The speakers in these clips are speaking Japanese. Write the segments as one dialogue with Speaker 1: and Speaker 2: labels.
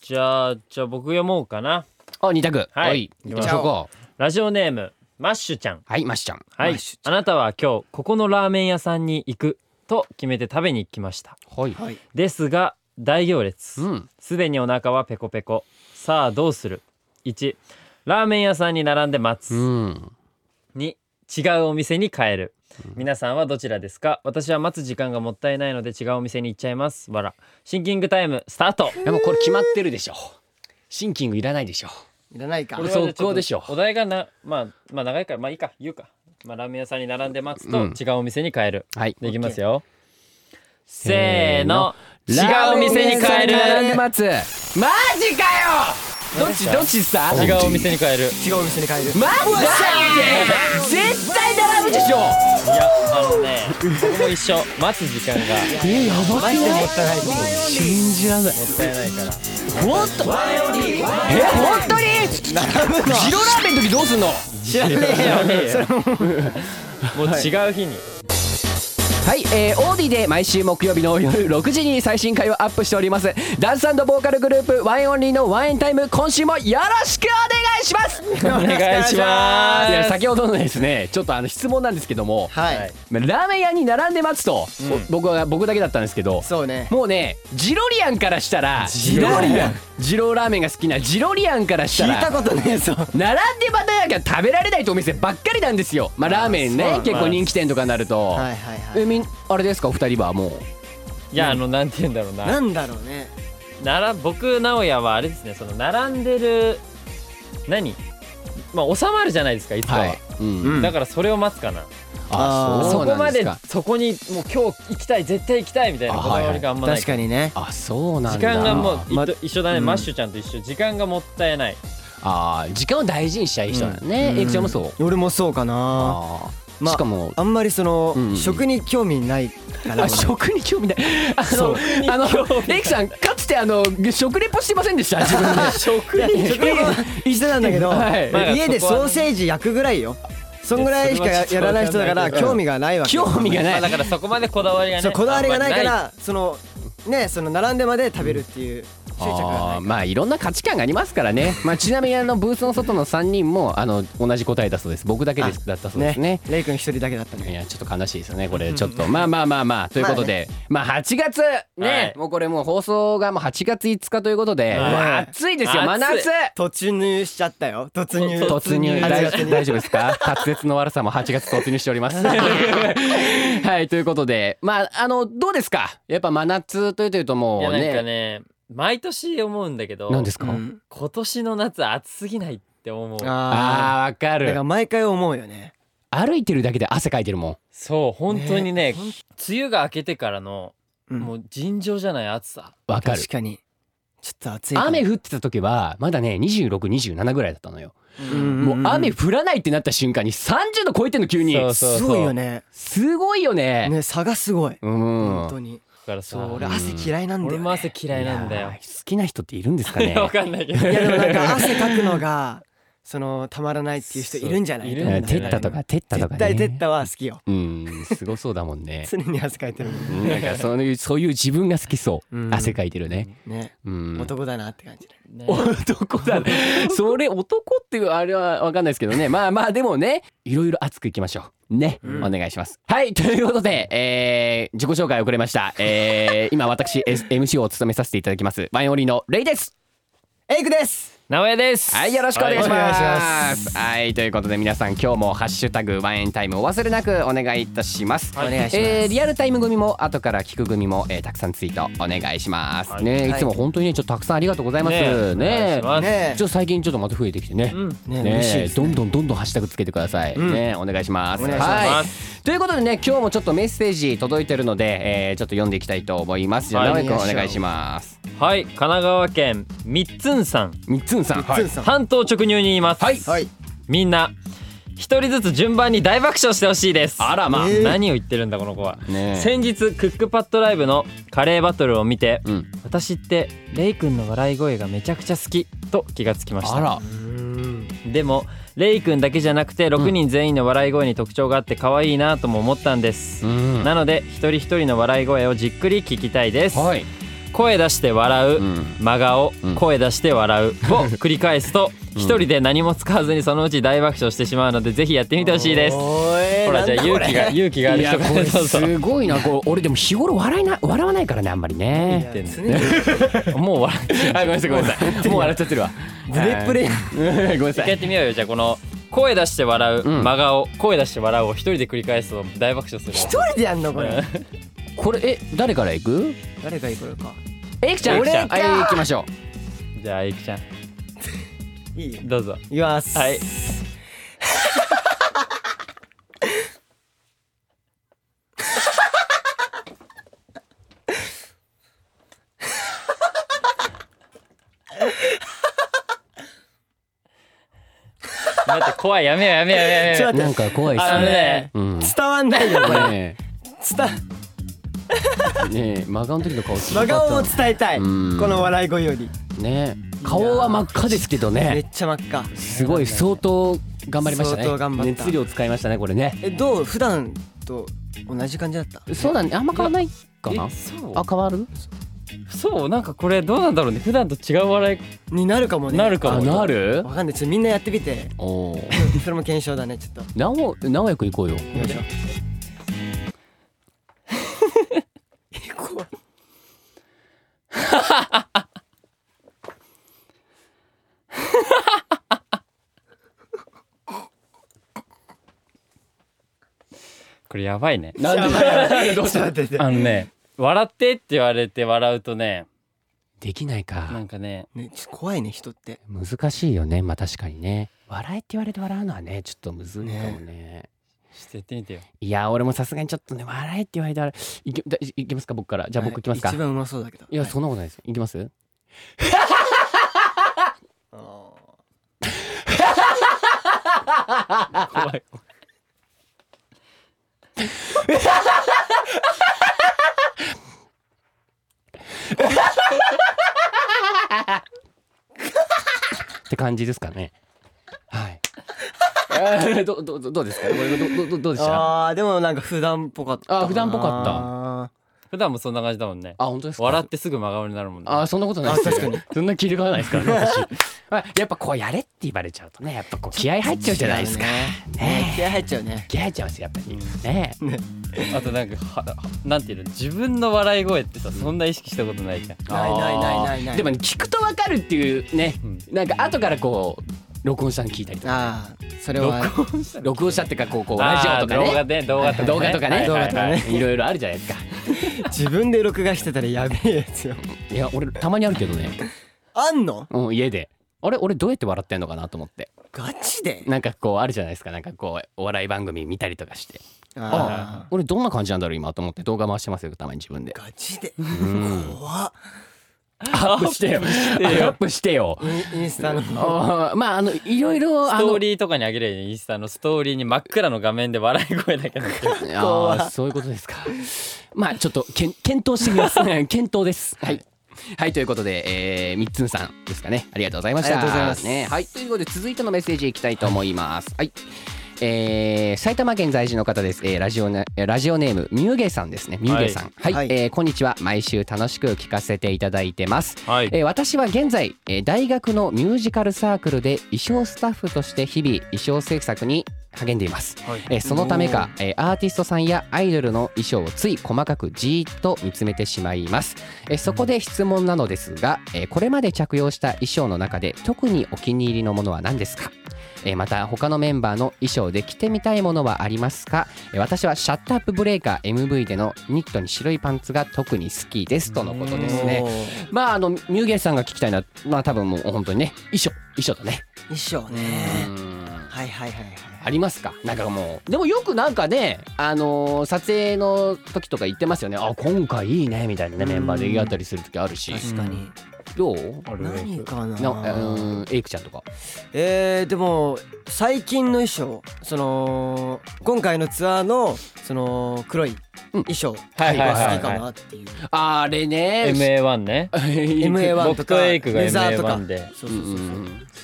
Speaker 1: じゃあじゃあ僕読もうかな
Speaker 2: お、二択。
Speaker 1: はい
Speaker 2: はい。行きましょうか。
Speaker 1: ラジオネームマッシュちゃん
Speaker 2: はい、マシちゃん。
Speaker 1: はい
Speaker 2: マシち
Speaker 1: あなたは今日ここのラーメン屋さんに行くと決めて食べに行きました
Speaker 2: ゃん。はい。
Speaker 3: はい。
Speaker 1: ですが大行列
Speaker 2: うん。
Speaker 1: すでにお腹はペコペコさあどうする1ラーメン屋さんに並んで待つ、
Speaker 2: うん。
Speaker 1: 2違うお店に変える、皆さんはどちらですか私は待つ時間がもったいないので違うお店に行っちゃいますわらシンキングタイムスタート
Speaker 2: でもこれ決まってるでしょ。シンキングいらないでしょ。
Speaker 3: いらないか。
Speaker 2: 俺速攻でしょ
Speaker 1: お題がなまあまあ長いからまあいいか言うか、まあ、ラーメン屋さんに並んで待つと、
Speaker 2: うん
Speaker 1: 違うお店に変える
Speaker 2: はい。
Speaker 1: できますよせーの違うお店に変える
Speaker 2: 並んで待つ。マジかよ。どっちどっちさ。
Speaker 1: 違うお店に変える
Speaker 3: 違うお店に変える。
Speaker 2: マジで。絶対並ぶでしょ。
Speaker 1: いやあのね僕も一緒待つ時間が
Speaker 2: え、やばくない
Speaker 3: マジでもったいない。
Speaker 2: 信じられない。
Speaker 1: もったいないから
Speaker 2: もっと。え、本当に。並ぶの。白ラーメンの時どうすんの。
Speaker 1: 知らね えよもう違う日に
Speaker 2: はい、えー、オーディで毎週木曜日の夜6時に最新回をアップしておりますダンスボーカルグループワンエンオンリーのワンエンタイム今週もよろしくお願いします
Speaker 1: お願いしま
Speaker 2: いや
Speaker 1: す
Speaker 2: 先ほどのですねちょっとあの質問なんですけども
Speaker 3: は
Speaker 1: はいい。
Speaker 2: ラーメン屋に並んで待つと、
Speaker 1: うん
Speaker 2: 僕は僕だけだったんですけど
Speaker 3: そうね。
Speaker 2: もうねジロリアンからしたら
Speaker 1: ジロリアン
Speaker 2: ジロラーメンが好きなジロリアンからした
Speaker 3: 聞い
Speaker 2: ら
Speaker 3: たことねえぞ。
Speaker 2: 並んで待たなきゃ食べられないってお店ばっかりなんですよまあラーメン
Speaker 3: あ
Speaker 2: ね
Speaker 3: ーそうなんだ
Speaker 2: 結構人気店とかになると、
Speaker 3: はいはいは
Speaker 2: え
Speaker 3: い。
Speaker 2: みんあれですかお二人はもう
Speaker 1: いやあのなんて言うんだろうな
Speaker 3: なんだろうね。
Speaker 1: なら僕直哉はあれですねその並んでる何まあ収まるじゃないですかいつかは、
Speaker 2: はい、うん
Speaker 3: うん
Speaker 1: だからそれを待つかな、
Speaker 3: あー
Speaker 1: そ
Speaker 2: そう
Speaker 1: こ
Speaker 2: な
Speaker 1: ま
Speaker 2: んで
Speaker 1: です
Speaker 2: か
Speaker 1: そこにもう今日行きたい絶対行きたいみたいなこだわりがあんまない
Speaker 3: 確かにね。
Speaker 2: あそうなんだ
Speaker 1: 時間がもうい
Speaker 2: ま
Speaker 1: と一緒だね、
Speaker 3: うん
Speaker 1: マッシュちゃんと一緒時間がもったいない
Speaker 2: あー時間を大事にしたい人なんだね
Speaker 3: うん
Speaker 2: えいくちゃんもそう
Speaker 3: 俺もそうかな。
Speaker 2: あー
Speaker 3: まあ
Speaker 2: しかも
Speaker 3: あんまりその
Speaker 2: うん
Speaker 3: 食に興味ないから。
Speaker 2: あ食に興味ないあ
Speaker 3: そ
Speaker 2: の
Speaker 3: う
Speaker 2: あのエイクさんかつてあの食レポしてませんでした自分で
Speaker 1: 食
Speaker 3: いや食レポ一緒なんだけど、
Speaker 2: はい
Speaker 1: まあ
Speaker 3: 家でソーセージ焼くぐらいよ。そんぐらいしかややらない人だから興味がないわけよ。
Speaker 2: 興味
Speaker 1: ま
Speaker 2: がな
Speaker 1: あ、だ
Speaker 2: い
Speaker 1: からそこまでこだわりがね
Speaker 3: そうこだわりがないか
Speaker 1: あんま
Speaker 3: らそのねその並んでまで食べるっていう執着がな
Speaker 2: あ
Speaker 3: い
Speaker 2: ー。まあいろんな価値観がありますからね、まあ、ちなみにあのブースの外の3人もあの同じ答えだそうです僕だけですだったそうですね
Speaker 3: レイ君一人だけだった
Speaker 2: い
Speaker 3: ね。
Speaker 2: やちょっと悲しいですよねこれちょっとまあまあまあまあということでまあ8月ね、
Speaker 1: はい
Speaker 2: もうこれもう放送がもう8月5日ということ
Speaker 1: は
Speaker 2: で、
Speaker 1: い
Speaker 2: もう暑いですよ
Speaker 1: 暑い
Speaker 2: 真夏
Speaker 3: 突入しちゃったよ。突入。
Speaker 2: 突入大丈
Speaker 3: 8月
Speaker 2: 夫
Speaker 3: に
Speaker 2: 大丈夫ですか滑舌の悪さも8月突入しておりますはいということでまああのどうですかやっぱ真夏というというともう
Speaker 1: ないいやなんか
Speaker 2: ね
Speaker 1: ね毎年思うんだけど
Speaker 2: 何ですか、
Speaker 3: うん
Speaker 1: 今年の夏暑すぎないって思う
Speaker 3: ああ。
Speaker 2: あーわか
Speaker 3: だか
Speaker 2: る
Speaker 3: ら毎回思うよね。
Speaker 2: 歩いてるだけで汗かいてるもん
Speaker 1: そう本当にね
Speaker 3: ねほん
Speaker 1: 梅雨が明けてからの
Speaker 3: うん
Speaker 1: もう尋常じゃない暑さ
Speaker 2: わかる
Speaker 3: 確かに。ちょっと暑いかも。
Speaker 2: 雨降ってた時はまだね2627ぐらいだったのよ
Speaker 3: うん
Speaker 2: もう雨降らないってなった瞬間に30度超えてんの急に
Speaker 1: そう
Speaker 3: すごいよね。
Speaker 2: すごいよね
Speaker 3: ね差がすごい。
Speaker 2: うん
Speaker 3: 本当に。
Speaker 1: だからさ
Speaker 3: そう俺
Speaker 2: うん
Speaker 3: 汗嫌いなんだよ、ね。
Speaker 1: 俺も汗嫌いなんだよ
Speaker 2: やー好きな人っているんですか
Speaker 1: い
Speaker 2: ね
Speaker 1: やわかんないけど
Speaker 3: いやでもなんか汗かくのがそのたまらないっていう人いるんじゃない？
Speaker 1: そうい
Speaker 2: い
Speaker 1: る
Speaker 2: や
Speaker 1: んじ
Speaker 2: テ
Speaker 1: ゃな
Speaker 2: ッ
Speaker 1: い
Speaker 2: タとかテッタとか
Speaker 3: 絶
Speaker 2: ね
Speaker 3: 対テッタは好きよ。
Speaker 2: うんすごそうだもん ね
Speaker 3: 常に汗かいてるもん
Speaker 2: うんなんかそういうそういう自分が好きそう、
Speaker 3: うん
Speaker 2: 汗かいてるね
Speaker 3: ね。
Speaker 2: うん
Speaker 3: 男だなって感じだ
Speaker 1: ね
Speaker 3: ね。
Speaker 2: 男だね それ男っていうあれはわかんないですけどねまあまあでもねいろいろ熱くいきましょうね、
Speaker 3: うん
Speaker 2: お願いしますはいということで、えー、自己紹介遅れました、えー、今私 S- MC を務めさせていただきますワインオリーのレイです
Speaker 3: エイクです。
Speaker 1: 名古屋です
Speaker 2: はい、よろしくお願いします。
Speaker 3: お願いし
Speaker 2: はい、ということで皆さん今日もハッシュタグワンエンタイムお忘れなくお願いいたします。
Speaker 3: お願いします
Speaker 2: えーリアルタイム組も後から聞く組も、えーたくさんツイートお願いします。
Speaker 1: はい
Speaker 2: ね、い
Speaker 3: はい
Speaker 2: つも本当にねちょっとたくさんありがとうございます。
Speaker 1: ね
Speaker 2: ね、
Speaker 1: お願いします
Speaker 3: ねえ
Speaker 2: ちょっと最近ちょっとまた増えてきてね。
Speaker 1: うん
Speaker 3: ね嬉しい
Speaker 2: ね
Speaker 3: で
Speaker 2: ど
Speaker 3: すね
Speaker 2: んどんどんどんハッシュタグつけてください、
Speaker 3: うん
Speaker 2: ねお願いします
Speaker 3: お願いします
Speaker 2: はい、ということでね今日もちょっとメッセージ届いてるので、えー、ちょっと読んでいきたいと思いますじゃあ
Speaker 1: は
Speaker 2: 直
Speaker 1: い
Speaker 2: 江君お願いします
Speaker 1: はい神奈川県みっつんさん
Speaker 2: みっつんさん
Speaker 3: つんさん。
Speaker 1: 半島直入にいます
Speaker 2: はい
Speaker 3: はい。
Speaker 1: みんな一人ずつ順番に大爆笑してほしいです
Speaker 2: あらまあ、
Speaker 3: えー
Speaker 1: 何を言ってるんだこの子は
Speaker 2: ね
Speaker 1: 先日クックパッドライブのカレーバトルを見て
Speaker 2: うん
Speaker 1: 私ってレイくんの笑い声がめちゃくちゃ好きと気がつきました
Speaker 2: あら
Speaker 3: うん。
Speaker 1: でもレイくんだけじゃなくて6人全員の笑い声に特徴があって可愛いなとも思ったんです、
Speaker 2: うん
Speaker 1: なので一人一人の笑い声をじっくり聞きたいです、
Speaker 2: はい
Speaker 1: 声出して笑う、真顔、声出して笑うを 繰り返すと一人で何も使わずにそのうち大爆笑してしまうのでぜひやってみてほしいですほ
Speaker 3: おい
Speaker 1: らじゃあ勇気が勇気がある人からどうぞ
Speaker 2: すごいなこう俺でも日頃笑いな笑わないからねあんまりね
Speaker 1: ってんの もう笑って
Speaker 2: あごめんなさいごめんなさ いもう 笑っちゃってるわ
Speaker 3: ズレプレ
Speaker 2: ごめんな
Speaker 1: 一
Speaker 2: さ
Speaker 1: 回や
Speaker 2: い
Speaker 1: ってみようよじゃあこの声出して笑う、
Speaker 2: ん
Speaker 1: 真顔声出して笑うを一人で繰り返すと大爆笑する
Speaker 3: 一人でやんのこれ
Speaker 2: これえ誰から行く
Speaker 3: 誰が行くのか
Speaker 2: えいきちゃん
Speaker 1: 俺か
Speaker 2: はい行きましょ
Speaker 1: じゃあいくちゃん
Speaker 3: いい
Speaker 1: どうぞ
Speaker 3: いきます
Speaker 1: はい待って怖いやめようやめようやめよう
Speaker 3: ちょ
Speaker 1: や
Speaker 3: っ
Speaker 2: う
Speaker 3: と待
Speaker 2: な
Speaker 3: っ
Speaker 2: ん
Speaker 3: て
Speaker 2: か怖いっす
Speaker 1: めようあの
Speaker 2: ね
Speaker 1: ね
Speaker 2: うんね
Speaker 3: 伝わんないよこれ
Speaker 2: え
Speaker 3: 伝
Speaker 2: ねえ真顔の時の顔すごか
Speaker 3: 真
Speaker 2: った
Speaker 3: 顔を伝えたいこ
Speaker 2: うん
Speaker 3: の笑い声より
Speaker 2: ねえ顔は真っ赤ですけど
Speaker 3: め
Speaker 2: ね
Speaker 3: っちゃ真っ赤
Speaker 2: すごい相当頑張りましたね
Speaker 3: 相当頑張った
Speaker 2: 熱量使いましたねこれね
Speaker 3: えどう普段と同じ感じだった
Speaker 2: そうだねあんま変わらないかな
Speaker 1: えそう
Speaker 2: あ変わる
Speaker 1: そうなんかこれどうなんだろうね普段と違う笑い
Speaker 3: になるかもね
Speaker 1: なるかも
Speaker 2: あ
Speaker 1: ね
Speaker 2: なる
Speaker 3: わかんないちょっとみんなやってみて
Speaker 2: おお
Speaker 3: それも検証だねちょっと
Speaker 2: 直直哉くん行こうよ
Speaker 3: よいしょえ 怖い
Speaker 1: これやばいね
Speaker 2: なんでどうし
Speaker 3: ちょ
Speaker 2: た
Speaker 3: っと待って
Speaker 1: あのね笑ってって言われて笑うとね
Speaker 2: できないか
Speaker 1: なんかね
Speaker 3: ねちょっと怖いね人って
Speaker 2: 難しいよねまあ確かにね笑えって言われて笑うのはねちょっとむずいかもね
Speaker 1: ちょっとやってみてよ
Speaker 2: いや俺もさすがにちょっとね笑えって言われて笑ういけだいいけますか僕からじゃあ僕いきますか、
Speaker 3: 一
Speaker 2: い、
Speaker 3: 番うまそうだけど
Speaker 2: やそんなことないですいきます
Speaker 3: あ
Speaker 1: 怖い
Speaker 2: って感じですかねはいえーどどどどうですかこれどどどどうでした
Speaker 3: ーあーでもなんか普段っぽかった
Speaker 2: あ普段っぽかった
Speaker 1: 普段もそんな感じだもんね
Speaker 2: あ本当ですか
Speaker 1: 笑ってすぐ真顔になるもんね
Speaker 2: あそんなことないです
Speaker 3: あ確かに
Speaker 2: そんな気がないですからね私あやっぱこうやれって言われちゃうとねやっぱこう気合入っちゃうじゃないですか
Speaker 3: ね
Speaker 2: ね
Speaker 3: 気合入っちゃうね
Speaker 2: 気合入っちゃいますよやっぱりね
Speaker 1: あとなんかははなんていうの自分の笑い声ってさそんな意識したことないじゃん
Speaker 3: ないないないないない
Speaker 2: でもね聞くとわかるっていうね
Speaker 1: うん
Speaker 2: なんか後からこう録音したの聞いたりとか
Speaker 3: ああそれは
Speaker 2: 録音したっていうかこうこうラジ
Speaker 1: あ
Speaker 2: オ
Speaker 1: ー
Speaker 2: とか
Speaker 1: 動画
Speaker 2: ね
Speaker 1: で動画とかね
Speaker 2: 動画とかね
Speaker 1: はいはいはい
Speaker 2: いろいろあるじゃないですか
Speaker 3: 自分で録画してたらやべえやつよ
Speaker 2: いや俺たまにあるけどね
Speaker 3: あんの
Speaker 2: うん家であれ俺どうやって笑ってんのかなと思って
Speaker 3: ガチで
Speaker 2: なんかこうあるじゃないですかなんかこうお笑い番組見たりとかして
Speaker 3: あ
Speaker 2: 俺どんな感じなんだろう今と思って動画回してますよたまに自分で
Speaker 3: ーガチで
Speaker 2: ん
Speaker 3: 怖っ
Speaker 2: アップしてよアップしてよ
Speaker 3: インインスタの
Speaker 2: あーまああのいろいろ
Speaker 1: ス
Speaker 2: あ
Speaker 1: ト
Speaker 2: の
Speaker 1: ーリーとかにあげればいいインスタのストーリーに真っ暗の画面で笑い声だけど
Speaker 2: あーそういうことですかまあちょっとけん検討してみますうん検討ですはいはいということで、えー、みっつんさんですかねありがとうございました
Speaker 3: ありがとうございます
Speaker 2: ね、はいということで続いてのメッセージいきたいと思いますはいえー、埼玉県在住の方です、えーラジオネえーラジオネームミューゲさんですねミューゲさんは
Speaker 3: はい
Speaker 2: い、
Speaker 3: はい
Speaker 2: えーこんにちは毎週楽しく聞かせていただいてます
Speaker 1: はい
Speaker 2: えー私は現在、えー大学のミュージカルサークルで衣装スタッフとして日々衣装制作に励んでいます、
Speaker 1: はい
Speaker 2: えーそのためか、えーアーティストさんやアイドルの衣装をつい細かくじーっと見つめてしまいます、えーそこで質問なのですが、えーこれまで着用した衣装の中で特にお気に入りのものは何ですかえーまた他のメンバーの衣装で着てみたいものはありますかえー私はシャットアップブレーカー MV でのニットに白いパンツが特に好きですとのことですねまああのミューゲンさんが聞きたいのはまあ多分もう本当にね衣装衣装だね。
Speaker 3: 衣装ねはいはいはいは
Speaker 2: あ
Speaker 3: い
Speaker 2: りますかなんかもうでもよくなんかねあのー撮影の時とか言ってますよねあ今回いいねみたいなね
Speaker 3: うん
Speaker 2: メンバーで言い合ったりする時あるし
Speaker 3: 確かに
Speaker 2: どう
Speaker 3: 何かな
Speaker 2: なうんエイクちゃんとか
Speaker 3: えー、でも最近の衣装その今回のツアーのその黒い
Speaker 2: うん
Speaker 3: 衣装が
Speaker 1: はいはいはいはい
Speaker 3: 好きかなっていう
Speaker 2: あれね
Speaker 1: MA1 ね
Speaker 3: MA1 と
Speaker 1: 僕と
Speaker 3: か
Speaker 1: エイクが
Speaker 3: レザーとか
Speaker 1: MA1 で
Speaker 3: そうそうそうそう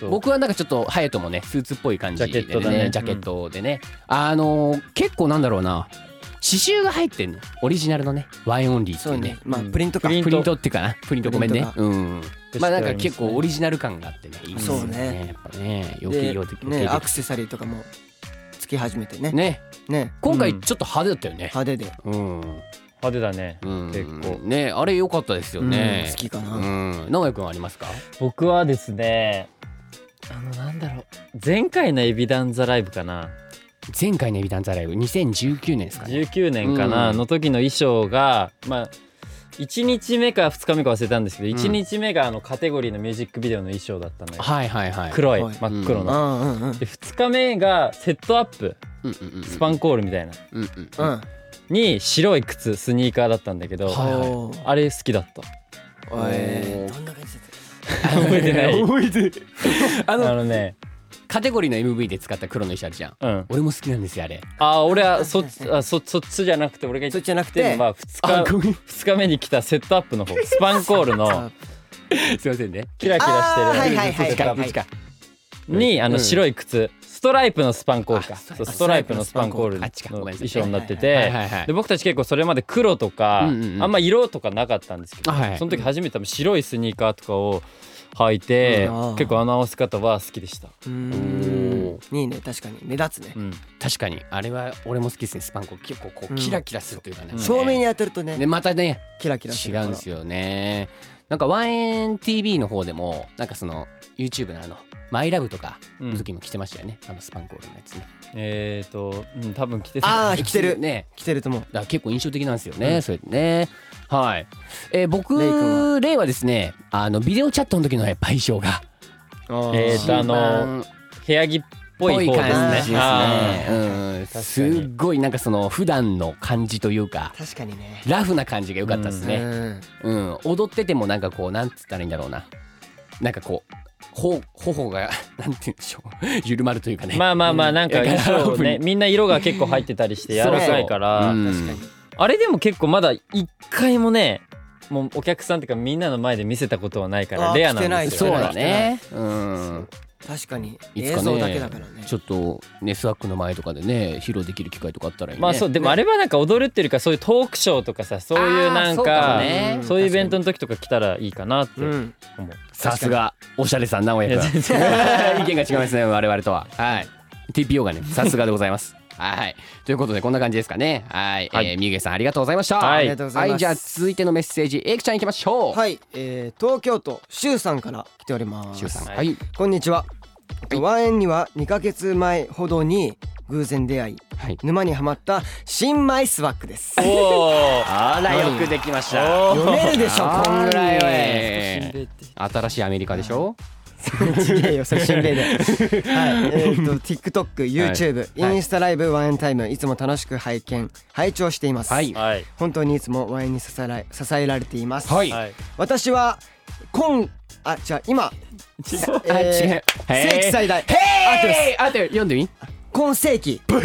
Speaker 1: そう
Speaker 2: 僕はなんかちょっとハヤトもねスーツっぽい感じで
Speaker 1: ジャケットだね
Speaker 2: ジャケットでねあのー結構なんだろうな刺繍が入ってんのオリジナルのねワインオンリーってい
Speaker 3: そうう
Speaker 2: ね
Speaker 3: ねまあ
Speaker 1: うん
Speaker 3: プリントか
Speaker 1: プリン
Speaker 2: プリントっていうかなプリントごめんね
Speaker 3: プ
Speaker 2: うん
Speaker 1: として
Speaker 2: まあ
Speaker 1: は
Speaker 2: な
Speaker 1: あ
Speaker 2: ん
Speaker 1: りますね
Speaker 2: か結構オリジナル感があってねいいですよ
Speaker 3: そうね
Speaker 2: ねやっぱね要計
Speaker 3: で
Speaker 2: 量的
Speaker 3: ねアクセサリーとかもつき始めてねね
Speaker 2: ね今
Speaker 1: う
Speaker 2: 回
Speaker 1: ん
Speaker 2: ちょっと派手だったよね
Speaker 3: 派手で、
Speaker 2: うん
Speaker 1: 派手だね
Speaker 2: うん
Speaker 1: 結構
Speaker 2: ねあれ良かったですよ
Speaker 3: うん
Speaker 2: ね
Speaker 3: 好きかな、
Speaker 2: うん直哉くんありますか
Speaker 1: 僕はですねあのなんだろう前回のエビダンザライブかな
Speaker 2: 前回のエビダンザライブ2019年ですかね
Speaker 1: 19年かな、
Speaker 2: うん
Speaker 1: の時の衣装がまあ1日目か2日目か忘れたんですけど、
Speaker 2: ん
Speaker 1: 1日目があのカテゴリーのミュージックビデオの衣装だったのよ
Speaker 2: はいはいはい
Speaker 1: 黒い
Speaker 3: はい
Speaker 1: 真っ黒
Speaker 3: う
Speaker 1: の、
Speaker 3: んうんうん
Speaker 1: で2日目がセットアップ
Speaker 2: うんうんうん
Speaker 1: スパンコールみたいな
Speaker 2: うんうん
Speaker 3: うん、
Speaker 1: に白い靴スニーカーだったんだけど、
Speaker 2: はいはい
Speaker 3: おー
Speaker 1: あれ好きだった
Speaker 3: お
Speaker 2: おー
Speaker 3: いどんな感じだっ
Speaker 1: 覚えてない
Speaker 2: 覚えてる あ
Speaker 1: あ
Speaker 2: の
Speaker 1: のね
Speaker 2: カテゴリーの MV で使った黒の衣装あるじゃん
Speaker 1: うん
Speaker 2: 俺も好きなんですよあれ
Speaker 1: あ俺はそっちあそそっちじゃなくて俺が言
Speaker 3: たそ
Speaker 1: っ
Speaker 3: っちじゃなく
Speaker 1: て
Speaker 3: て
Speaker 1: るのは2日
Speaker 2: ごめん
Speaker 1: ,2 日目に来たセットアップの方スパンコールの
Speaker 3: あ
Speaker 2: すいませんね
Speaker 1: キラキラしてる
Speaker 3: あーはいはいはい
Speaker 1: セットアップ
Speaker 3: はいはい
Speaker 1: にあ
Speaker 2: う
Speaker 1: の
Speaker 2: ん
Speaker 1: 白い靴ストライプのスパンコールか
Speaker 2: あ
Speaker 1: そうストライプのスパンコール
Speaker 2: あ
Speaker 1: の
Speaker 2: 違うごめんなさ
Speaker 1: 衣
Speaker 2: い
Speaker 1: 装になって
Speaker 2: はい
Speaker 1: て
Speaker 2: はいはい
Speaker 1: で僕たち結構それまで黒とか、
Speaker 2: うんうんうん
Speaker 1: あんま色とかなかったんですけど、
Speaker 2: はい
Speaker 1: その時初めて多分白いスニーカーとかを履いて、
Speaker 3: うんあー
Speaker 1: 結構あの合わせ方は好きでした、
Speaker 3: うー
Speaker 2: お
Speaker 3: んいいね確かに目立つね、
Speaker 1: うん、
Speaker 2: 確かにあれは俺も好きですねスパンコ結構こう
Speaker 3: うん
Speaker 2: キラキラするというかね、
Speaker 1: うん
Speaker 3: 照明に当てるとね
Speaker 2: でまたね
Speaker 3: キラキラす
Speaker 2: 違
Speaker 3: るから
Speaker 2: うんですよねなんか 1NTV の方でもなんかその YouTube のあの「マイラブとか
Speaker 1: うん
Speaker 2: の時も来てましたよね、あのスパンコールのやつね
Speaker 1: えっ、ー、と、うん、多分着て
Speaker 3: あ
Speaker 1: た
Speaker 3: ー着てる
Speaker 2: ね
Speaker 3: 来てると思う
Speaker 2: だから結構印象的なんですよ
Speaker 1: う
Speaker 2: ね、
Speaker 1: ん
Speaker 2: それねはい、えー僕
Speaker 3: レイ君
Speaker 2: レイはですねあのビデオチャットの時のやっぱ衣装が
Speaker 1: えー
Speaker 2: 一
Speaker 1: とあの
Speaker 2: 番
Speaker 1: 部屋着っぽい
Speaker 2: ぽい
Speaker 1: 方ですね
Speaker 2: 感じですね
Speaker 1: あー
Speaker 2: うん
Speaker 1: かに
Speaker 2: すっごいなんかその普段の感じというか
Speaker 3: 確かにね
Speaker 2: ラフな感じが良かったですね、
Speaker 3: うん
Speaker 2: うん、踊っててもなんかこうなんつったらいいんだろうななんかこうほ頬が なんて言うんでしょう緩まるというかね、
Speaker 1: まあまあまあなんか
Speaker 2: うん
Speaker 1: 衣装
Speaker 2: いや
Speaker 1: ねみんな色が結構入ってたりして柔らかいから、
Speaker 2: うん
Speaker 3: 確かに
Speaker 1: あれでも結構まだ一回もねもうお客さんとかみんなの前で見せたことはないから
Speaker 3: あー
Speaker 1: レアなんで
Speaker 3: 着
Speaker 1: す
Speaker 2: そう
Speaker 1: よ
Speaker 2: だねうん
Speaker 3: 確かに
Speaker 2: いつ
Speaker 3: 映
Speaker 2: かね
Speaker 3: 像だけだからね
Speaker 2: ちょっとねスワックの前とかでね披露できる機会とかあったらいいね
Speaker 1: まあそうでもあれはなんか踊るっていうよりかそういうトークショーとかさそういうなん
Speaker 2: あーそうかも
Speaker 1: か
Speaker 2: ね
Speaker 1: そういうイベントの時とか来たらいいかなって
Speaker 3: う
Speaker 1: 思うん
Speaker 2: さすがおしゃれさん直哉
Speaker 1: いや
Speaker 2: 君
Speaker 1: 全
Speaker 2: 意見
Speaker 1: 然
Speaker 2: が違いますね我々とははい TPO がねさすがでございますはいということでこんな感じですかねはい、
Speaker 1: はい
Speaker 2: えーみゆげさんありがとうございました
Speaker 1: はいあり
Speaker 3: がとうございます
Speaker 2: はい、じゃあ続いてのメッセージエイクちゃんいきましょう
Speaker 3: はい、えー、東京都しゅうさんから来ております
Speaker 2: しゅうさん
Speaker 1: は
Speaker 2: はいい、
Speaker 3: こんにちはワンエンには2ヶ月前ほどに偶然出会い
Speaker 2: はい、
Speaker 3: 沼にはまった新米スワックです
Speaker 1: おお
Speaker 2: あら
Speaker 3: よ
Speaker 2: よ
Speaker 3: く
Speaker 2: くできまし
Speaker 1: お
Speaker 2: た
Speaker 1: ー
Speaker 3: 読めるでしょ
Speaker 2: あー
Speaker 3: こんぐらいは
Speaker 2: え新しいアメリカでしょ
Speaker 3: 違えよそれ心 霊ではいえー、と TikTok、YouTube、
Speaker 2: はい
Speaker 3: インスタライブワンエンタイムいつも楽しく拝見拝聴しています、
Speaker 2: はい
Speaker 1: はい
Speaker 3: 本当にいつもワインに支えら支えられています、
Speaker 2: はい
Speaker 1: はい
Speaker 3: 私は今あじゃあ 今えー
Speaker 2: あ違う
Speaker 3: 世紀最大合ってます
Speaker 2: へーあてる読んでみ
Speaker 3: 今 世紀
Speaker 1: そ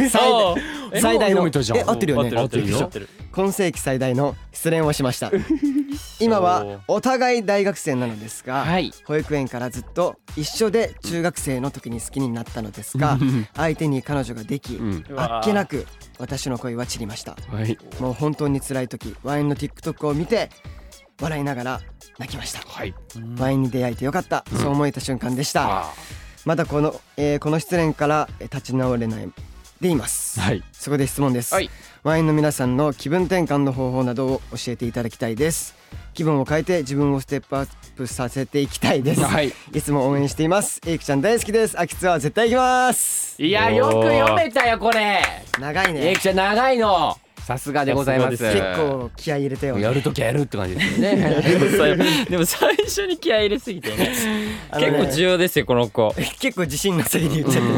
Speaker 1: うえ
Speaker 3: 最大
Speaker 2: もう読
Speaker 3: の
Speaker 2: めたじゃん
Speaker 3: え合ってるよね
Speaker 1: 合ってる
Speaker 2: 合
Speaker 1: 合っ
Speaker 2: って
Speaker 1: る
Speaker 3: 今世紀最大の失恋をし ました今はお互い大学生なのですが、
Speaker 2: はい
Speaker 3: 保育園からずっと一緒で中学生の時に好きになったのですが相手に彼女ができ、
Speaker 2: ん
Speaker 3: あっけなく私の恋は散りました
Speaker 2: はい
Speaker 3: もう本当に辛い時ワインの TikTok を見て笑いながら泣きました
Speaker 2: はい
Speaker 3: ワインに出会えてよかった、そう思えた瞬間でした
Speaker 2: あ
Speaker 3: まだこの、えーこの失恋からえー立ち直れないでいます、
Speaker 2: はい
Speaker 3: そこで質問です、
Speaker 2: はい
Speaker 3: ワインの皆さんの気分転換の方法などを教えていただきたいです気分を変えて自分をステップアップさせていきたいです、
Speaker 2: はい
Speaker 3: いつも応援していますエイクちゃん大好きです秋ツアー絶対行きます
Speaker 2: いやよく読めたよこれ
Speaker 3: 長い
Speaker 2: エイ
Speaker 3: ね
Speaker 2: クちゃん長いのさすがでございます
Speaker 1: さ
Speaker 3: 結構気合い入れたよね
Speaker 2: やるときはやるって感じです よね
Speaker 1: でもさでも最初に気合い入れすぎてね
Speaker 3: あの
Speaker 1: 結
Speaker 3: ね
Speaker 1: 構重要ですよこの子
Speaker 3: 結構自信なさげに言っちゃってる
Speaker 2: う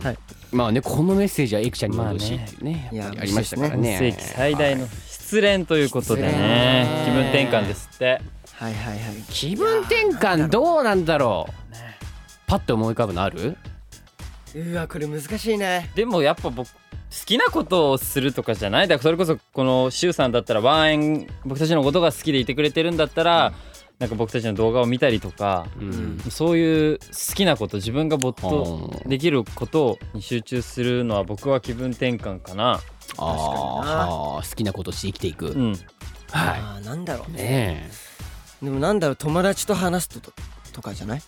Speaker 2: ん
Speaker 3: はい
Speaker 2: まあねこのメッセージはエイクちゃんにも嬉しいってね
Speaker 3: まあね
Speaker 2: やっぱりありましたからね
Speaker 1: 世紀最大の失恋ということでね
Speaker 2: 失
Speaker 1: 気
Speaker 2: 恋
Speaker 1: 分転換ですって
Speaker 3: はいはいはい
Speaker 2: 気分転換どうなんだろうパッと思い浮かぶのある
Speaker 3: うわこれ難しいね
Speaker 1: でもやっぱ僕好きなことをするとかじゃないだからそれこそこの周さんだったらワンエン僕たちのことが好きでいてくれてるんだったらなんか僕たちの動画を見たりとか
Speaker 2: うん
Speaker 1: そういう好きなこと自分が没頭
Speaker 2: はあ
Speaker 1: できることに集中するのは僕は気分転換かな
Speaker 2: あー好きなことして生きていく、
Speaker 1: うん
Speaker 2: は
Speaker 3: あーなんだろう
Speaker 2: い
Speaker 3: ね
Speaker 2: ねえ
Speaker 3: でもなんだろう友達と話すとととかじゃない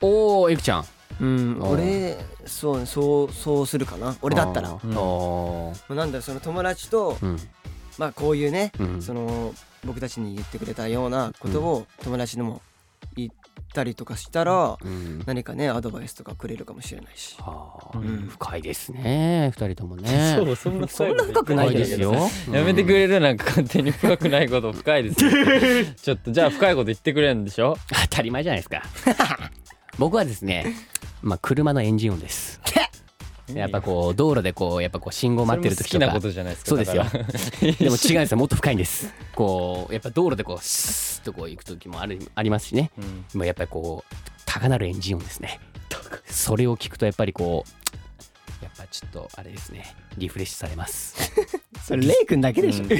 Speaker 2: おおエクちゃん
Speaker 3: うん
Speaker 2: あー
Speaker 3: 俺そうそうそうするかな俺だったら
Speaker 2: あ
Speaker 3: も
Speaker 2: ーおー
Speaker 3: うなんだろうその友達と
Speaker 2: うん
Speaker 3: まあこういうね
Speaker 2: うん
Speaker 3: その僕たちに言ってくれたようなことを友達にも言ったりとかしたら
Speaker 2: うん
Speaker 3: 何かねアドバイスとかくれるかもしれないし
Speaker 2: は
Speaker 1: う
Speaker 2: あ
Speaker 3: ん
Speaker 2: 深いですね二人ともね
Speaker 1: そうそんな
Speaker 3: そんな深くない
Speaker 2: 深いですよ
Speaker 1: やめてくれ
Speaker 2: れ
Speaker 1: るなんか勝手に深くないこと深いですよちょっとじゃあ深いこと言ってくれるんでしょ
Speaker 2: 当たり前じゃないですか僕はです ねまあ車のエンジン音ですやっぱこう道路でこうやっぱこう信号待ってる時
Speaker 1: そ
Speaker 2: と
Speaker 1: れ
Speaker 2: か
Speaker 1: も好きなことじゃないですか
Speaker 2: そうですよ
Speaker 1: だから
Speaker 2: でも違うんですよもっと深いんですこうやっぱ道路でこうスーッとこう行く時もあるありますしね
Speaker 1: うん
Speaker 2: もうやっぱりこう高鳴るエンジン音ですねそれを聞くとやっぱりこうやっぱちょっとあれですねリフレッシュされます
Speaker 3: それレイ君だけでしょ
Speaker 1: うん